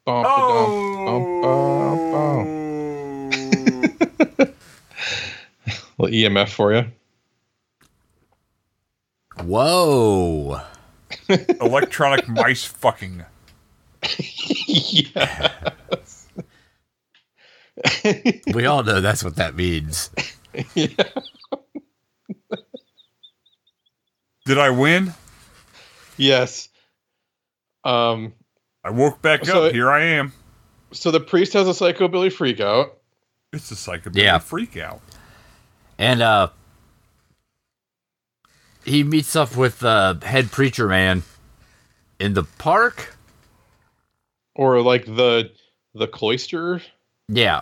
Speaker 3: Bum, ba-dum, bum, bum, bum. Little EMF for you.
Speaker 1: Whoa.
Speaker 2: Electronic mice fucking.
Speaker 3: yes.
Speaker 1: we all know that's what that means.
Speaker 3: yeah.
Speaker 2: Did I win?
Speaker 3: Yes. Um.
Speaker 2: I woke back
Speaker 3: So
Speaker 2: up.
Speaker 3: it-
Speaker 2: Here I am.
Speaker 3: So the priest has a psychobilly freakout.
Speaker 2: It's a psychedelic
Speaker 1: Yeah.
Speaker 2: freak out.
Speaker 1: And uh he meets up with uh head preacher man in the park.
Speaker 3: or like the the cloister.
Speaker 1: Yeah.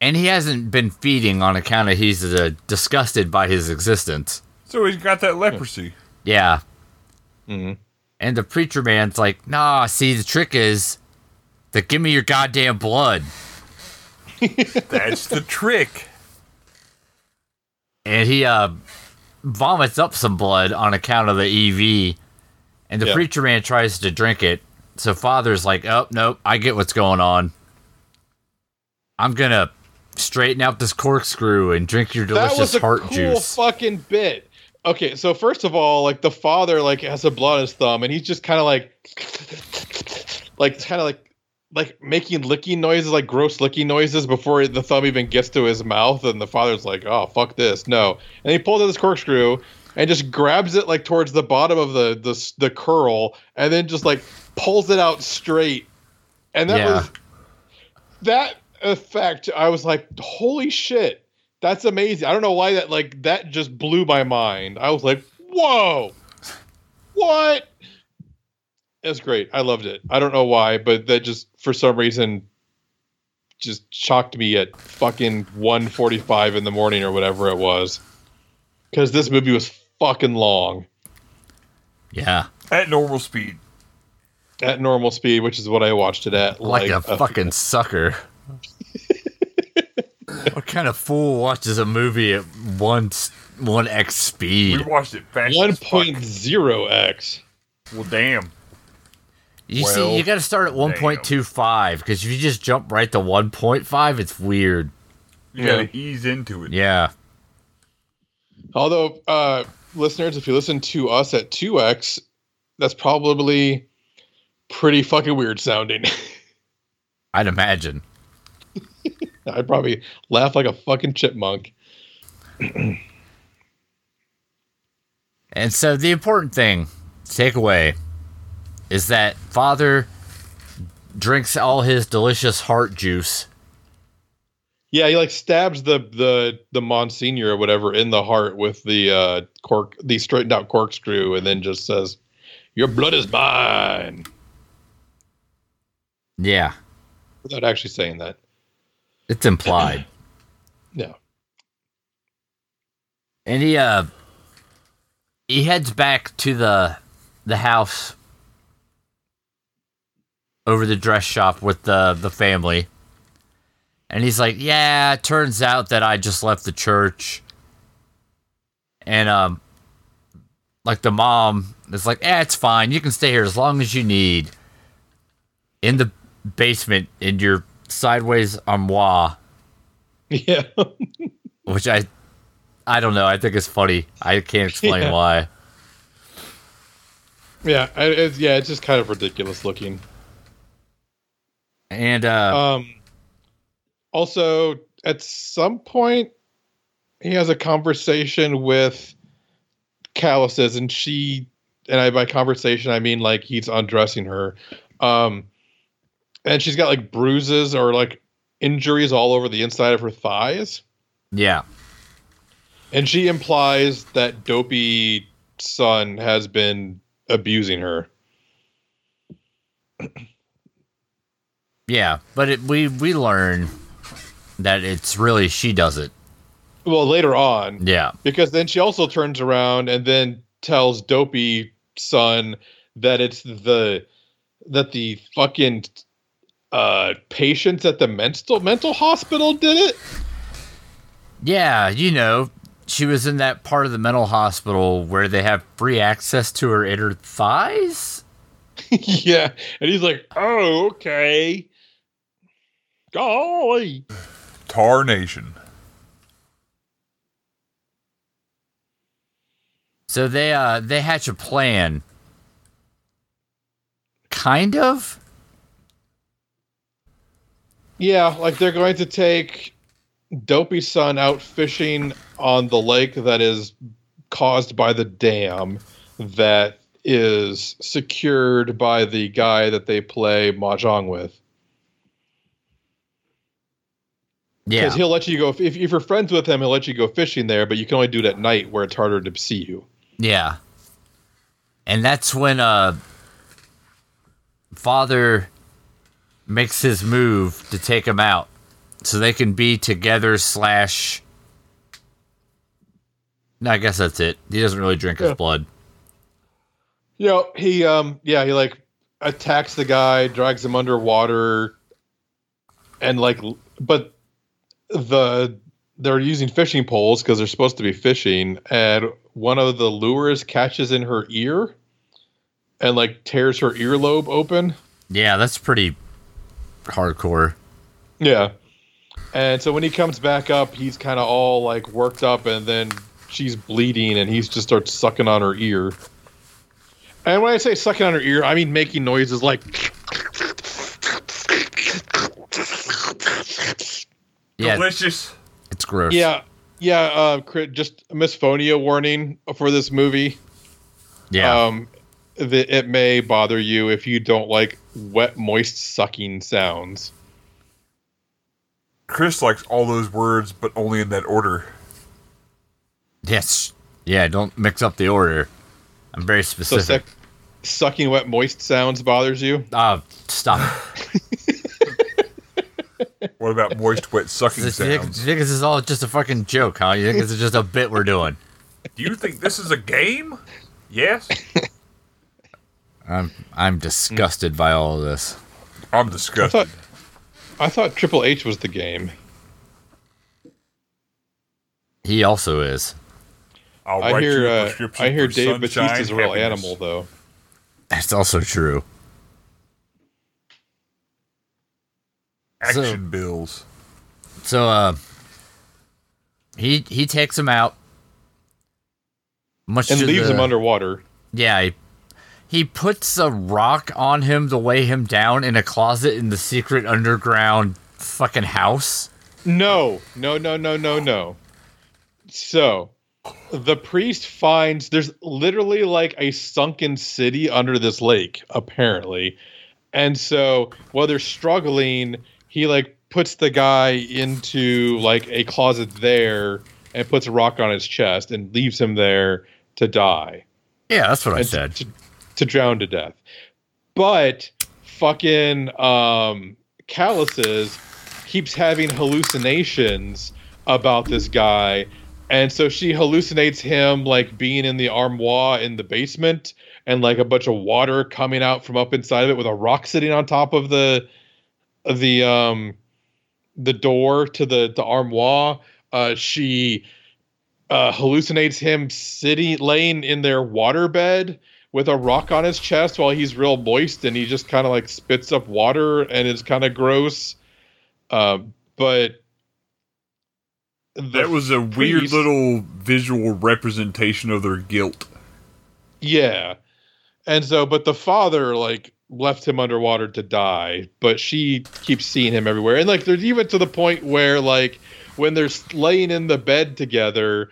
Speaker 1: And he hasn't been feeding on account of he's uh, disgusted by his existence.
Speaker 2: So he's got that leprosy.
Speaker 1: Yeah.
Speaker 3: Mhm.
Speaker 1: And the preacher man's like, nah, see, the trick is that give me your goddamn blood.
Speaker 2: That's the trick.
Speaker 1: And he uh, vomits up some blood on account of the EV. And the
Speaker 3: Yeah.
Speaker 1: preacher man tries to drink it. So father's like, oh, nope, I get what's going on. I'm going to straighten out this corkscrew and drink your delicious
Speaker 3: That was a
Speaker 1: heart
Speaker 3: cool
Speaker 1: juice.
Speaker 3: fucking bit. Okay, so first of all, like the father like has the blood on his thumb, and he's just kind of like, like kind of like, like making licking noises, like gross licking noises before the thumb even gets to his mouth, and the father's like, oh fuck this, no, and he pulls out this corkscrew and just grabs it like towards the bottom of the the s- the curl, and then just like pulls it out straight, and that
Speaker 1: Yeah.
Speaker 3: was that effect. I was like, holy shit. That's amazing. I don't know why that like that just blew my mind. I was like, "Whoa, what?" That's great. I loved it. I don't know why, but that just for some reason just shocked me at fucking 1:45 in the morning or whatever it was. Because this movie was fucking long
Speaker 1: yeah.
Speaker 2: At normal speed.
Speaker 3: at normal speed, which is what I watched it at. uh,
Speaker 1: Like, a, fucking sucker. what kind of fool watches a movie at one, s- one X speed?
Speaker 2: We watched it fast. as fuck.
Speaker 3: 1.0x.
Speaker 2: Well, damn.
Speaker 1: You
Speaker 2: Well,
Speaker 1: see, you got to start at 1.25 because if you just jump right to 1.5, it's weird.
Speaker 2: You
Speaker 3: Yeah.
Speaker 2: gotta ease into it.
Speaker 1: Yeah.
Speaker 3: Although, uh, listeners, if you listen to us at 2x, that's probably pretty fucking weird sounding.
Speaker 1: I'd imagine.
Speaker 3: I'd probably laugh like a fucking chipmunk.
Speaker 1: And so the important thing, takeaway, is that father drinks all his delicious heart juice.
Speaker 3: Yeah, he like stabs the the the Monsignor or whatever in the heart with the uh cork the straightened out corkscrew and then just says, Your blood is mine
Speaker 1: Yeah.
Speaker 3: without actually saying that.
Speaker 1: It's implied.
Speaker 3: No.
Speaker 1: and he uh he heads back to the the house over the dress shop with the the family and he's like yeah it turns out that i just left the church and um like the mom is like yeah it's fine you can stay here as long as you need in the basement in your sideways armoire
Speaker 3: Yeah.
Speaker 1: which I I don't know. I think it's funny. I can't explain
Speaker 3: Yeah.
Speaker 1: why.
Speaker 3: yeah. I, it's, yeah, it's just kind of ridiculous looking.
Speaker 1: And uh,
Speaker 3: Um, also, at some point, he has a conversation with Calluses, and she and I by conversation I mean like he's undressing her, um, and she's got like bruises or like injuries all over the inside of her thighs,
Speaker 1: yeah,
Speaker 3: and she implies that dopey son has been abusing her.
Speaker 1: yeah. But it, we we learn that it's really she does it.
Speaker 3: Well, later on,
Speaker 1: Yeah,
Speaker 3: because then she also turns around and then tells dopey son that it's the that the fucking uh patients at the mental mental hospital did it
Speaker 1: yeah. You know, she was in that part of the mental hospital where they have free access to her inner thighs.
Speaker 3: yeah and he's like oh okay golly
Speaker 2: Tarnation.
Speaker 1: So they uh they hatch a plan. Kind of.
Speaker 3: Yeah, like they're going to take Dopey's son out fishing on the lake that is caused by the dam that is secured by the guy that they play mahjong with.
Speaker 1: Yeah.
Speaker 3: Because he'll let you go if, if you're friends with him, he'll let you go fishing there, but you can only do it at night where it's harder to see you.
Speaker 1: Yeah. And that's when uh father makes his move to take him out so they can be together slash No, I guess that's it. He doesn't really drink
Speaker 3: Yeah.
Speaker 1: his blood.
Speaker 3: You know, he um yeah, he like attacks the guy, drags him underwater and like l- but the they're using fishing poles cuz they're supposed to be fishing and one of the lures catches in her ear and like tears her earlobe open.
Speaker 1: Yeah, that's pretty hardcore.
Speaker 3: Yeah. And so when he comes back up, he's kind of all like worked up, and then she's bleeding, and he's just starts sucking on her ear. And when I say sucking on her ear, I mean making noises like.
Speaker 1: Yeah,
Speaker 2: Delicious.
Speaker 1: it's gross.
Speaker 3: Yeah, yeah. Uh, cri- just a misphonia warning for this movie.
Speaker 1: Yeah.
Speaker 3: Um, that it may bother you if you don't like wet, moist sucking sounds.
Speaker 2: Chris likes all those words, but only in that order.
Speaker 1: yes. Yeah, don't mix up the order. I'm very
Speaker 3: So
Speaker 1: specific.
Speaker 3: sec- sucking wet, moist sounds bothers you.
Speaker 1: Ah, stop.
Speaker 2: What about moist, wet, sucking
Speaker 1: You think, you
Speaker 2: sounds?
Speaker 1: think this is all just a fucking joke, huh? You think this is just a bit we're doing?
Speaker 2: Do you think this is a game? Yes.
Speaker 1: I'm I'm disgusted by all of this.
Speaker 2: I'm
Speaker 3: I
Speaker 2: disgusted.
Speaker 3: thought I thought Triple H was the game.
Speaker 1: He also is.
Speaker 2: I'll
Speaker 3: I
Speaker 2: write
Speaker 3: hear
Speaker 2: you a
Speaker 3: uh,
Speaker 2: prescription
Speaker 3: I hear
Speaker 2: for
Speaker 3: Dave
Speaker 2: sunshine,
Speaker 3: Batista's a real
Speaker 2: happiness.
Speaker 3: animal though.
Speaker 1: That's also true. So-
Speaker 2: Action bills.
Speaker 1: So uh he he takes him out. Much
Speaker 3: And
Speaker 1: to
Speaker 3: leaves
Speaker 1: the-
Speaker 3: him underwater.
Speaker 1: Yeah, he, he puts a rock on him to weigh him down in a closet in the secret underground fucking house.
Speaker 3: No, no, no, no, no, no. So the priest finds there's literally like a sunken city under this lake, apparently. And so while they're struggling, he like puts the guy into like a closet there and puts a rock on his chest and leaves him there to die.
Speaker 1: Yeah, that's what I
Speaker 3: and
Speaker 1: said.
Speaker 3: To, to drown to death. But fucking um, Calluses keeps having hallucinations about this guy. And so she hallucinates him like being in the armoire in the basement and like a bunch of water coming out from up inside of it with a rock sitting on top of the the um the door to the the armoire. Uh, she uh, hallucinates him sitting laying in their waterbed with a rock on his chest while he's real moist and he just kind of like spits up water and it's kind of gross. Uh, but the
Speaker 2: That was a weird
Speaker 3: priest-
Speaker 2: little visual representation of their guilt.
Speaker 3: Yeah. And so, but the father, like, left him underwater to die, but she keeps seeing him everywhere. And, like, there's even to the point where, like, when they're s- laying in the bed together,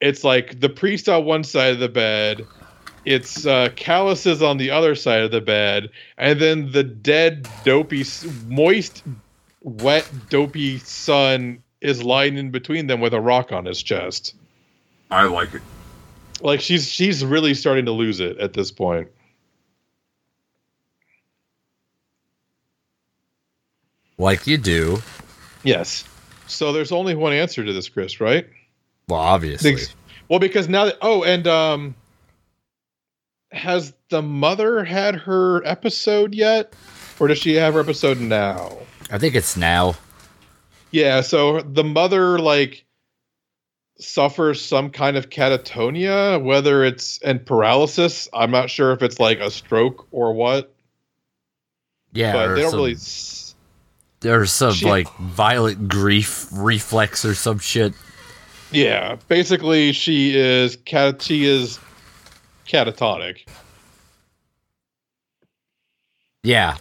Speaker 3: it's like the priest on one side of the bed, it's uh, calluses on the other side of the bed, and then the dead, dopey, s- moist, wet, dopey son is lying in between them with a rock on his chest
Speaker 2: I like it.
Speaker 3: like she's she's really starting to lose it at this point.
Speaker 1: Like you do.
Speaker 3: Yes. So there's only one answer to this, Chris, right?
Speaker 1: Well, obviously.
Speaker 3: Thanks. Well, because now that oh, and um, has the mother had her episode yet, or does she have her episode now?
Speaker 1: I think it's now.
Speaker 3: Yeah. So the mother like suffers some kind of catatonia, whether it's and paralysis. I'm not sure if it's like a stroke or what,
Speaker 1: Yeah,
Speaker 3: but
Speaker 1: or
Speaker 3: they don't
Speaker 1: some-
Speaker 3: really. s-
Speaker 1: there's some
Speaker 3: She-
Speaker 1: like violent grief reflex or some shit.
Speaker 3: Yeah, basically she is cat she is catatonic.
Speaker 1: Yeah.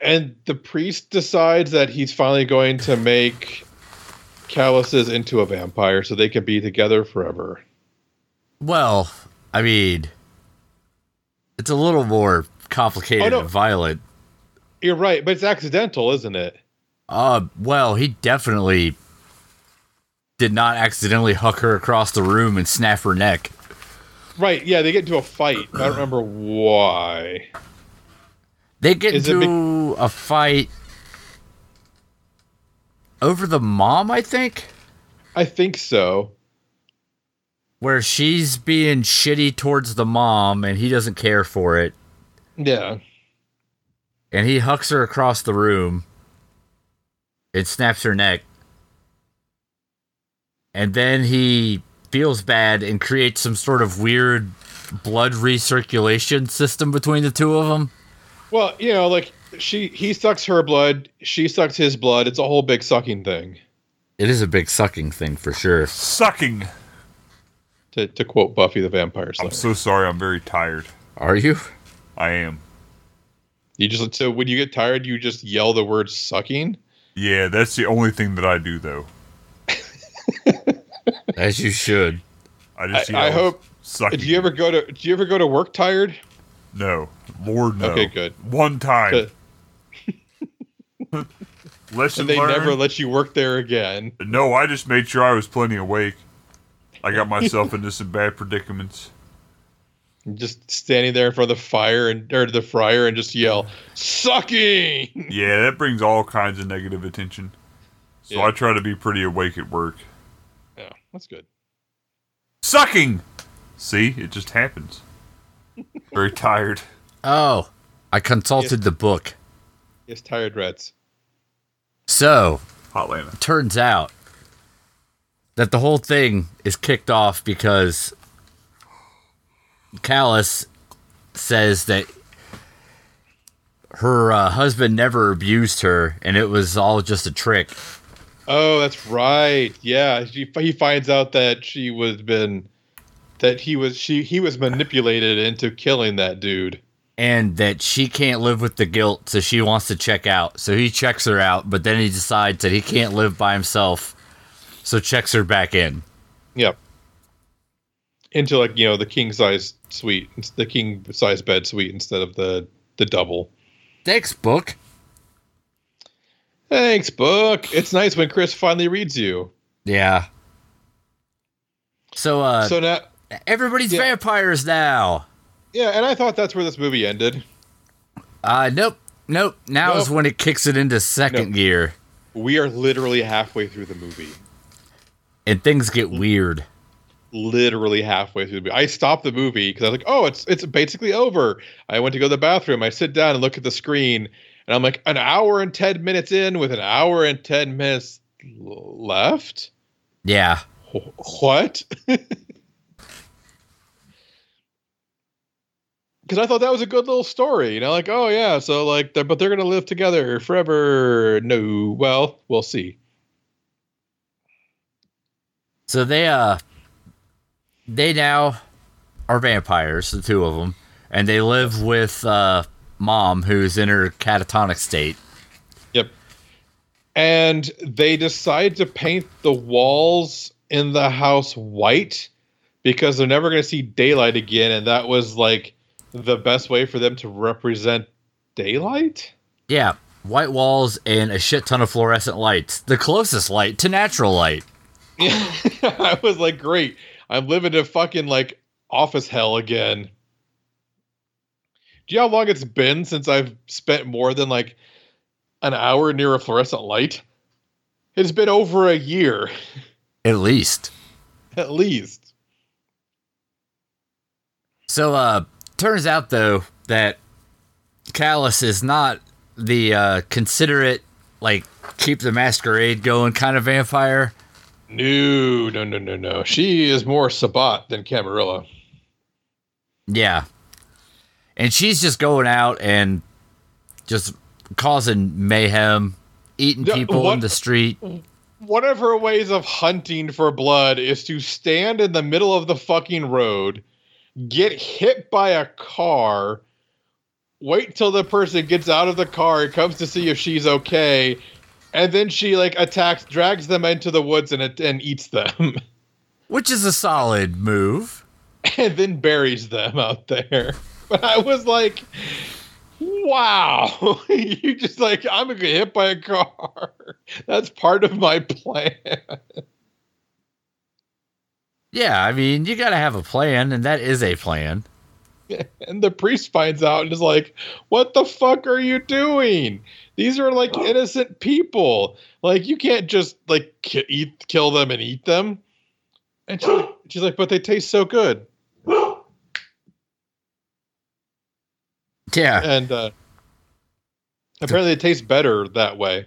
Speaker 3: and the priest decides that he's finally going to make calluses into a vampire so they can be together forever.
Speaker 1: Well, I mean, it's a little more complicated
Speaker 3: Oh, no.
Speaker 1: and violent.
Speaker 3: You're right, but it's accidental, isn't it?
Speaker 1: Uh, well, he definitely did not accidentally huck her across the room and snap her neck.
Speaker 3: Right, yeah, they get into a fight. I don't remember why.
Speaker 1: They get
Speaker 3: Is it be-
Speaker 1: into a fight over the mom, I think,
Speaker 3: I think so.
Speaker 1: where she's being shitty towards the mom and he doesn't care for it.
Speaker 3: Yeah.
Speaker 1: And he hucks her across the room and snaps her neck. And then he feels bad and creates some sort of weird blood recirculation system between the two of them.
Speaker 3: Well, you know, like she he sucks her blood, she sucks his blood. It's a whole big sucking thing.
Speaker 1: It is a big sucking thing for sure.
Speaker 2: Sucking.
Speaker 3: To, to quote Buffy the Vampire Slayer.
Speaker 2: I'm so sorry. I'm very tired.
Speaker 1: Are you?
Speaker 2: I am.
Speaker 3: you just so when you get tired, you just yell the word sucking.
Speaker 2: Yeah, that's the only thing that I do though.
Speaker 1: As you should.
Speaker 2: I just.
Speaker 3: I- I
Speaker 2: yell,
Speaker 3: hope-
Speaker 2: Sucking.
Speaker 3: Do you ever go to do you ever go to work tired?
Speaker 2: No, Lord no.
Speaker 3: Okay, good.
Speaker 2: One time.
Speaker 3: Good.
Speaker 2: Lesson
Speaker 3: And they
Speaker 2: learned.
Speaker 3: never let you work there again.
Speaker 2: no, I just made sure I was plenty awake. I got myself into some bad predicaments.
Speaker 3: Just standing there in front of the fire and or the fryer and just yell, sucking.
Speaker 2: Yeah, that brings all kinds of negative attention. So
Speaker 3: Yeah.
Speaker 2: I try to be pretty awake at work.
Speaker 3: Yeah, that's good.
Speaker 2: Sucking. See, it just happens. Very tired.
Speaker 1: Oh, I consulted the book.
Speaker 3: Yes, tired rats.
Speaker 1: So,
Speaker 2: Hot Lana.
Speaker 1: turns out that the whole thing is kicked off because Callus says that her uh, husband never abused her and it was all just a trick.
Speaker 3: Oh, that's right. Yeah, she, he finds out that she was been that he was she he was manipulated into killing that dude.
Speaker 1: And that she can't live with the guilt, so she wants to check out. So he checks her out, but then he decides that he can't live by himself, so checks her back in.
Speaker 3: Yep. Into like you know the king size suite, it's the king size bed suite instead of the the double.
Speaker 1: Thanks, book.
Speaker 3: Thanks, book. It's nice when Chris finally reads you.
Speaker 1: Yeah. So, uh,
Speaker 3: so now,
Speaker 1: everybody's
Speaker 3: yeah.
Speaker 1: vampires now.
Speaker 3: yeah, and I thought that's where this movie ended.
Speaker 1: Uh, nope, nope. Now is
Speaker 3: Nope.
Speaker 1: when it kicks it into second
Speaker 3: Nope.
Speaker 1: gear
Speaker 3: We are literally halfway through the movie.
Speaker 1: and things get weird.
Speaker 3: literally halfway through the movie. I stopped the movie because I was like, "Oh, it's it's basically over." I went to go to the bathroom. I sit down and look at the screen, and I'm like, "An hour and ten minutes in, with an hour and ten minutes l- left.
Speaker 1: Yeah.
Speaker 3: Wh- What?" Because I thought that was a good little story, you know, like, "Oh yeah, so like, they're, but they're gonna live together forever." No, well, we'll see.
Speaker 1: So they uh, they now are vampires, the two of them, and they live with uh, mom, who's in her catatonic state.
Speaker 3: Yep. And they decide to paint the walls in the house white because they're never going to see daylight again. And that was like the best way for them to represent daylight.
Speaker 1: Yeah, white walls and a shit ton of fluorescent lights. The closest light to natural light.
Speaker 3: Yeah. I was like, great. I'm living in fucking like office hell again. Do you know how long it's been since I've spent more than like an hour near a fluorescent light? It's been over a year.
Speaker 1: At least.
Speaker 3: at least.
Speaker 1: So uh turns out though that Callus is not the uh considerate like keep the masquerade going kind of vampire.
Speaker 3: No, no, no, no, no. She is more Sabat than Camarilla.
Speaker 1: Yeah. And she's just going out and just causing mayhem, eating
Speaker 3: Yeah,
Speaker 1: people in
Speaker 3: what-
Speaker 1: the street.
Speaker 3: One of her ways of hunting for blood is to stand in the middle of the fucking road, get hit by a car, wait till the person gets out of the car and comes to see if she's okay, and then she like attacks, drags them into the woods and and eats them,
Speaker 1: Which is a solid move.
Speaker 3: and then buries them out there. But I was like, wow, you just like I'm gonna get hit by a car. That's part of my plan.
Speaker 1: Yeah, I mean, you got to have a plan, and that is a plan.
Speaker 3: And the priest finds out and is like, What the fuck are you doing? These are like innocent people. Like, you can't just like ki- eat, kill them and eat them. And she's like, she's like, But they taste so good.
Speaker 1: Yeah.
Speaker 3: And uh, apparently, they taste better that way.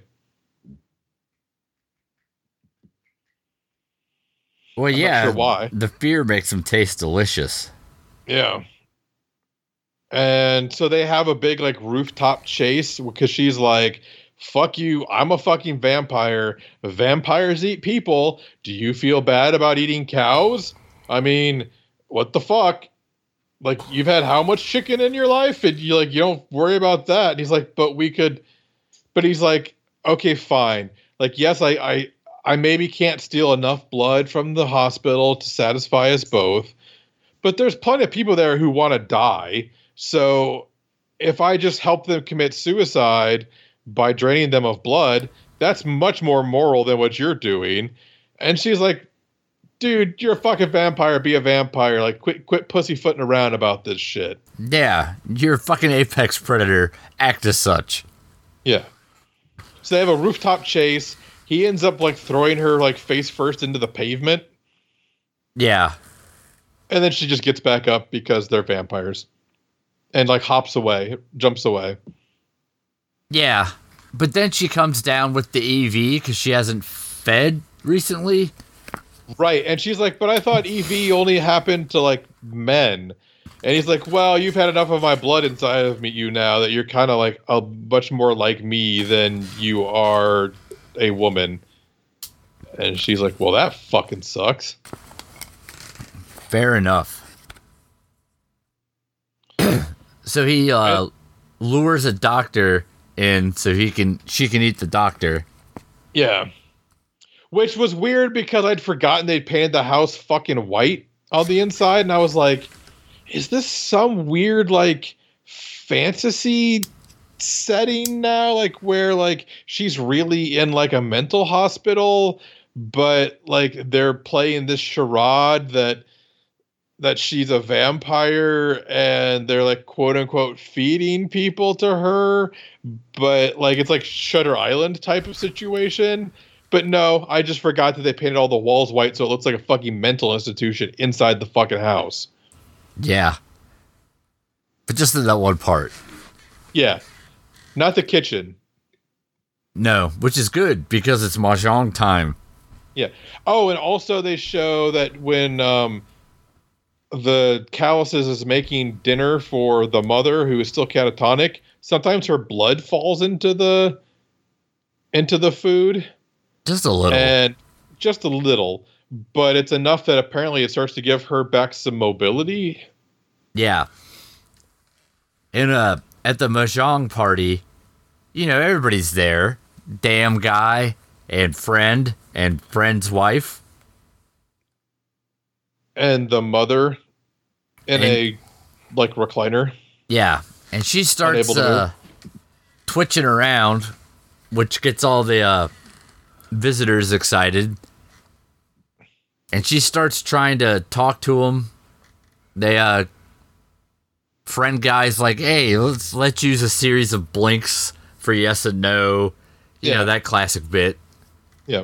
Speaker 1: Well,
Speaker 3: I'm not
Speaker 1: yeah.
Speaker 3: sure why.
Speaker 1: The fear makes them taste delicious.
Speaker 3: Yeah. And so they have a big like rooftop chase because she's like, fuck you, I'm a fucking vampire. Vampires eat people. Do you feel bad about eating cows? I mean, what the fuck? Like you've had how much chicken in your life? And you like you don't worry about that. And he's like, but we could but he's like, okay, fine. Like, yes, I I, I maybe can't steal enough blood from the hospital to satisfy us both but there's plenty of people there who want to die. So if I just help them commit suicide by draining them of blood, that's much more moral than what you're doing. And she's like, dude, you're a fucking vampire, be a vampire. Like quit quit pussyfooting around about this shit.
Speaker 1: Yeah, you're a fucking apex predator. Act as such.
Speaker 3: Yeah. So they have a rooftop chase. He ends up like throwing her like face first into the pavement,
Speaker 1: Yeah.
Speaker 3: and then she just gets back up because they're vampires. And like hops away, jumps away.
Speaker 1: Yeah. But then she comes down with the EV because she hasn't fed recently.
Speaker 3: Right. And she's like, but I thought EV only happened to like men. And he's like, well, you've had enough of my blood inside of me, you now that you're kind of like a much more like me than you are a woman. And she's like, well, that fucking sucks.
Speaker 1: Fair enough. so he uh, lures a doctor in so he can she can eat the doctor.
Speaker 3: Yeah. Which was weird because I'd forgotten they'd painted the house fucking white on the inside. And I was like, is this some weird, like, fantasy setting now? Like, where, like, she's really in, like, a mental hospital, but, like, they're playing this charade that. That she's a vampire and they're like quote unquote feeding people to her, but like it's like Shutter Island type of situation. But no, I just forgot that they painted all the walls white, so it looks like a fucking mental institution inside the fucking house.
Speaker 1: Yeah. But just in that one part.
Speaker 3: Yeah, not the kitchen.
Speaker 1: No, which is good because it's mahjong time.
Speaker 3: Yeah. Oh, and also they show that when um, the calluses is making dinner for the mother who is still catatonic, sometimes her blood falls into the into the food.
Speaker 1: Just a little.
Speaker 3: and just a little but it's enough that apparently it starts to give her back some mobility
Speaker 1: Yeah. In uh at the mahjong party, you know everybody's there. Damn guy and friend and friend's wife.
Speaker 3: and the mother in
Speaker 1: And-
Speaker 3: a like recliner
Speaker 1: Yeah, and she starts
Speaker 3: Unable to
Speaker 1: uh, twitching around, which gets all the uh, visitors excited. And she starts trying to talk to them. They uh, friend guys like, hey, let's let's use a series of blinks for yes and no. You
Speaker 3: Yeah.
Speaker 1: know that classic bit.
Speaker 3: yeah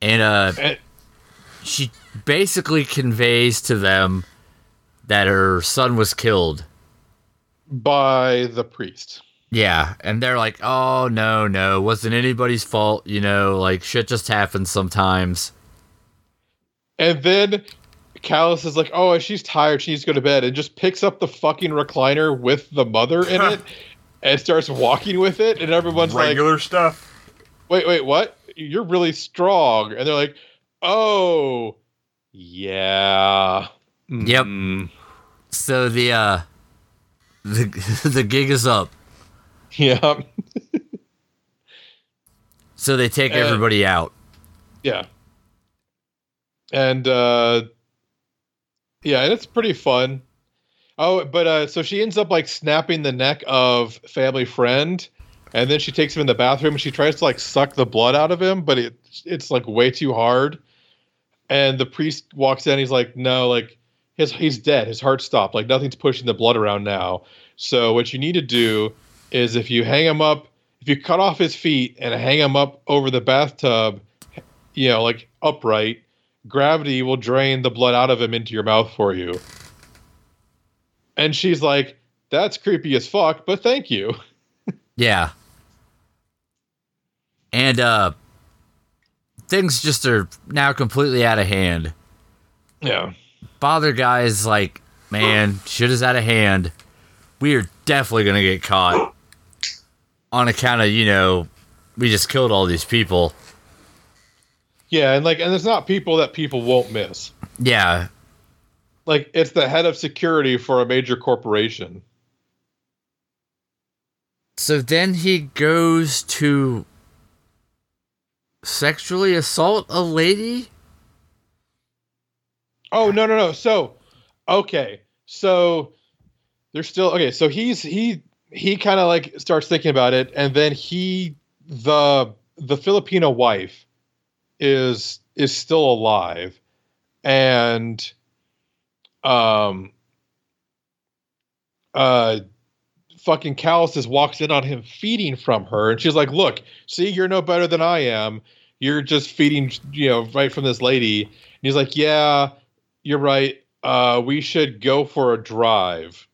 Speaker 1: And uh,
Speaker 3: and,
Speaker 1: she basically conveys to them that her son was killed.
Speaker 3: by the priest
Speaker 1: Yeah, and they're like, "Oh no, no, wasn't anybody's fault." You know, like shit just happens sometimes.
Speaker 3: and then callus is like oh she's tired she needs to go to bed and just picks up the fucking recliner with the mother in it and starts walking with it and everyone's like
Speaker 2: Regular stuff.
Speaker 3: wait, wait, what? You're really strong. And they're like, oh, yeah. Mm-hmm.
Speaker 1: Yep. So the uh the the gig is up.
Speaker 3: Yeah.
Speaker 1: So they take
Speaker 3: Uh,
Speaker 1: everybody out.
Speaker 3: Yeah. And uh yeah, and it's pretty fun. Oh, but uh so she ends up like snapping the neck of family friend and then she takes him in the bathroom and she tries to like suck the blood out of him, but it it's like way too hard. And the priest walks in, he's like, "No, like his he's dead. His heart stopped. Like nothing's pushing the blood around now. So what you need to do is if you hang him up, if you cut off his feet and hang him up over the bathtub, you know, like upright, gravity will drain the blood out of him into your mouth for you. And she's like, that's creepy as fuck, but thank you.
Speaker 1: Yeah. And uh things just are now completely out of hand.
Speaker 3: Yeah.
Speaker 1: Father guy is like, man, shit is out of hand. We are definitely gonna get caught. On account of, you know, we just killed all these people.
Speaker 3: Yeah, and like and it's not people that people won't miss.
Speaker 1: Yeah.
Speaker 3: Like it's the head of security for a major corporation.
Speaker 1: So then he goes to sexually assault a lady?
Speaker 3: Oh no no no. So okay. So they're still okay, so he's he he kind of like starts thinking about it and then he the the Filipino wife is is still alive and um uh fucking Callices walks in on him feeding from her and she's like, "Look, see you're no better than I am. You're just feeding, you know, right from this lady." And he's like, "Yeah, you're right. Uh, we should go for a drive.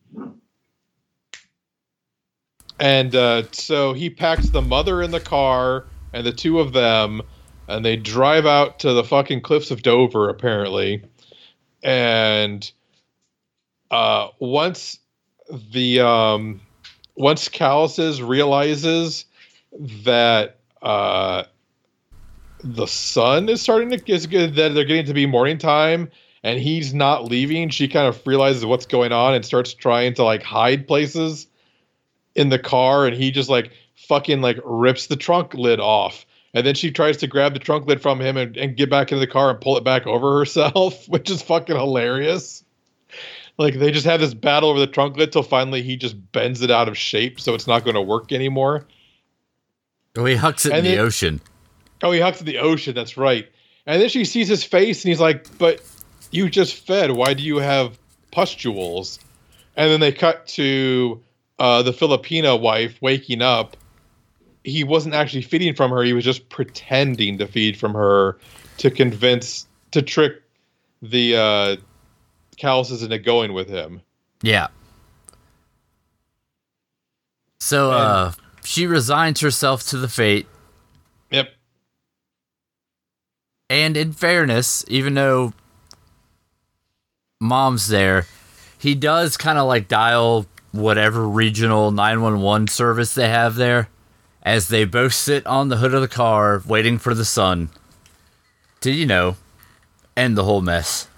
Speaker 3: And uh, so he packs the mother in the car and the two of them, and they drive out to the fucking cliffs of Dover, apparently. And uh, once the um, once Callices realizes that uh, the sun is starting to is good that they're getting to be morning time, and he's not leaving, she kind of realizes what's going on and starts trying to like hide places in the car and he just like fucking like rips the trunk lid off. And then she tries to grab the trunk lid from him and, and get back into the car and pull it back over herself, which is fucking hilarious. Like they just have this battle over the trunk lid till finally he just bends it out of shape so it's not going to work anymore.
Speaker 1: Oh, he hucks it in
Speaker 3: And
Speaker 1: the
Speaker 3: it-
Speaker 1: ocean.
Speaker 3: Oh, he hugs the ocean. That's right. And then she sees his face, and he's like, "But you just fed. Why do you have pustules?" And then they cut to uh, the Filipino wife waking up. He wasn't actually feeding from her. He was just pretending to feed from her to convince, to trick the uh, calluses into going with him.
Speaker 1: Yeah. So uh she resigns herself to the fate
Speaker 3: Yep.
Speaker 1: and in fairness, even though mom's there, he does kind of like dial whatever regional 911 service they have there as they both sit on the hood of the car waiting for the sun to, you know, end the whole mess.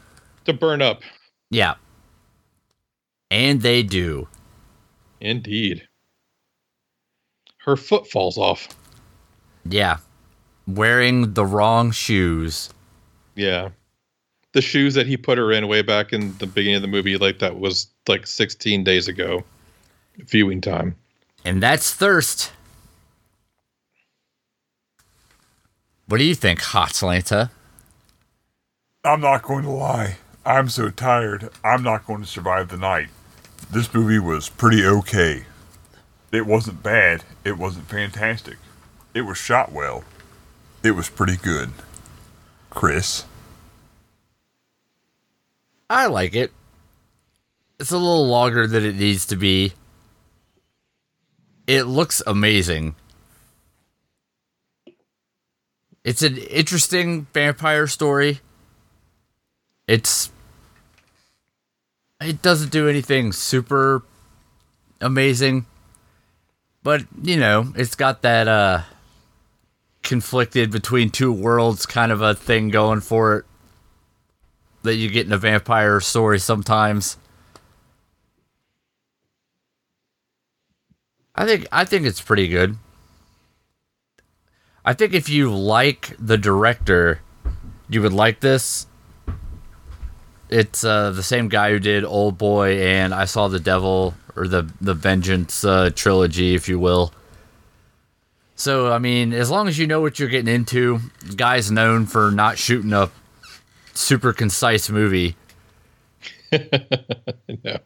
Speaker 3: To burn up.
Speaker 1: Yeah. And they do.
Speaker 3: Indeed. Her foot falls off.
Speaker 1: Yeah. Wearing the wrong shoes.
Speaker 3: Yeah. The shoes that he put her in way back in the beginning of the movie, like that was like 16 days ago, viewing time.
Speaker 1: And that's thirst. What do you think, Hotlanta?
Speaker 2: I'm not going to lie. I'm so tired. I'm not going to survive the night. This movie was pretty okay. It wasn't bad. It wasn't fantastic. It was shot well. It was pretty good. Chris,
Speaker 1: I like it. It's a little longer than it needs to be. It looks amazing. It's an interesting vampire story. It's. It doesn't do anything super amazing. But, you know, it's got that, uh. conflicted between two worlds kind of a thing going for it that you get in a vampire story sometimes. I think I think it's pretty good. I think if you like the director, you would like this. It's uh, the same guy who did Old Boy and I Saw the Devil or the the Vengeance uh, trilogy, if you will. So I mean, as long as you know what you're getting into, the guy's known for not shooting a super concise movie.
Speaker 3: no.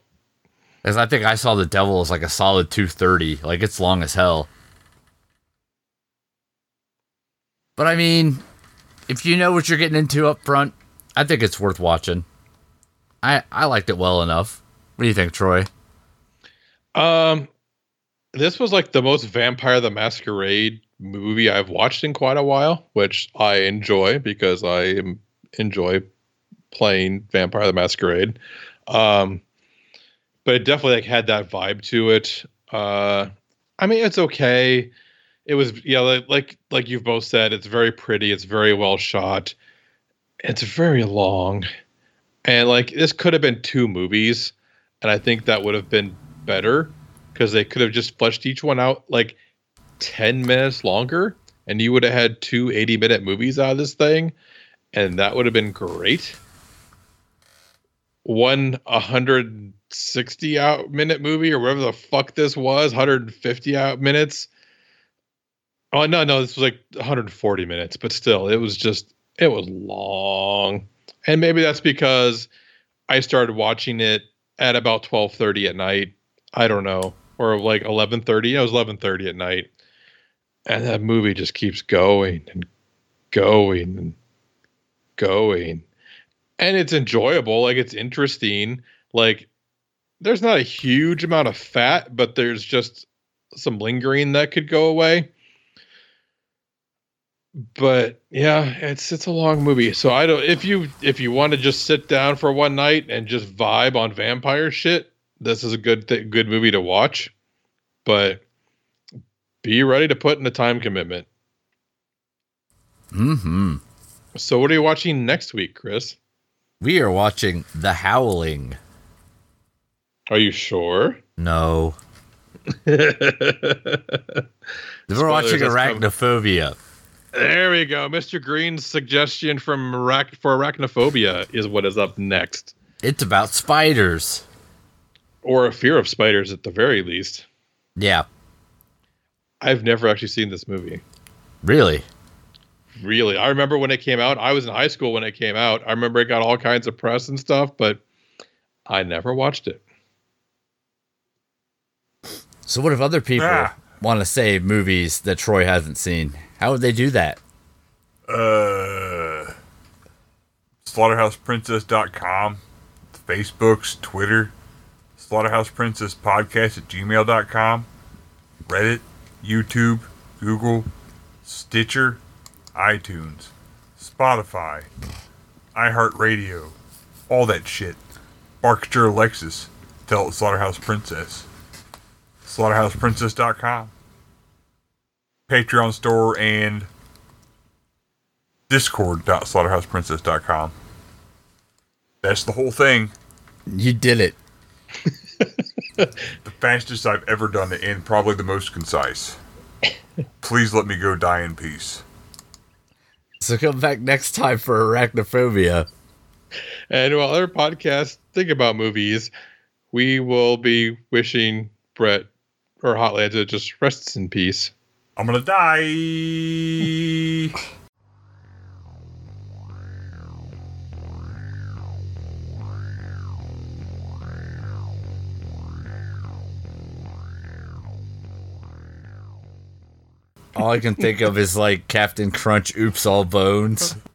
Speaker 1: As I think I saw the devil is like a solid 230. Like it's long as hell. But I mean, if you know what you're getting into up front, I think it's worth watching. I I liked it well enough. What do you think, Troy?
Speaker 3: Um, this was like the most Vampire the Masquerade movie I've watched in quite a while, which I enjoy because I am- enjoy playing Vampire the Masquerade. Um, but it definitely like had that vibe to it. Uh, I mean, it's okay. It was yeah, like like, like you've both said, it's very pretty. It's very well shot. It's very long, and like this could have been two movies, and I think that would have been better because they could have just fleshed each one out like ten minutes longer, and you would have had two 80 minute movies out of this thing, and that would have been great. One 100 60 out minute movie or whatever the fuck this was 150 out minutes oh no no this was like 140 minutes but still it was just it was long and maybe that's because i started watching it at about 12.30 at night i don't know or like 11.30 yeah, it was 11.30 at night and that movie just keeps going and going and going and it's enjoyable like it's interesting like there's not a huge amount of fat, but there's just some lingering that could go away. But yeah, it's it's a long movie. So I don't if you if you want to just sit down for one night and just vibe on vampire shit, this is a good th- good movie to watch. But be ready to put in a time commitment.
Speaker 1: Mm-hmm.
Speaker 3: So what are you watching next week, Chris?
Speaker 1: We are watching The Howling.
Speaker 3: Are you sure?
Speaker 1: No. We're watching
Speaker 3: that's coming.
Speaker 1: Arachnophobia.
Speaker 3: There we go. Mr. Green's suggestion from arach- for arachnophobia is what is up next,
Speaker 1: It's about spiders.
Speaker 3: or a fear of spiders at the very least.
Speaker 1: Yeah,
Speaker 3: I've never actually seen this movie.
Speaker 1: really.
Speaker 3: Really, I remember when it came out. I was in high school when it came out. I remember it got all kinds of press and stuff, but I never watched it.
Speaker 1: So what if other people
Speaker 2: Ah.
Speaker 1: want to say movies that Troy hasn't seen? How would they do that?
Speaker 2: Uh, SlaughterhousePrincess.com, Facebooks, Twitter, SlaughterhousePrincessPodcast at gmail.com, Reddit, YouTube, Google, Stitcher, iTunes, Spotify, iHeartRadio, all that shit. Barkster Alexis, tell it Slaughterhouse Princess. SlaughterhousePrincess.com, Patreon store, and discord.slaughterhouseprincess.com. That's the whole thing.
Speaker 1: You did it.
Speaker 2: The fastest I've ever done it, and probably the most concise. Please let me go die in peace.
Speaker 1: So come back next time for Arachnophobia.
Speaker 3: And while other podcasts think about movies, we will be wishing Brett or Hotlanta just rests in peace.
Speaker 2: I'm gonna die.
Speaker 1: All I can think of is like Captain Crunch. Oops, all bones.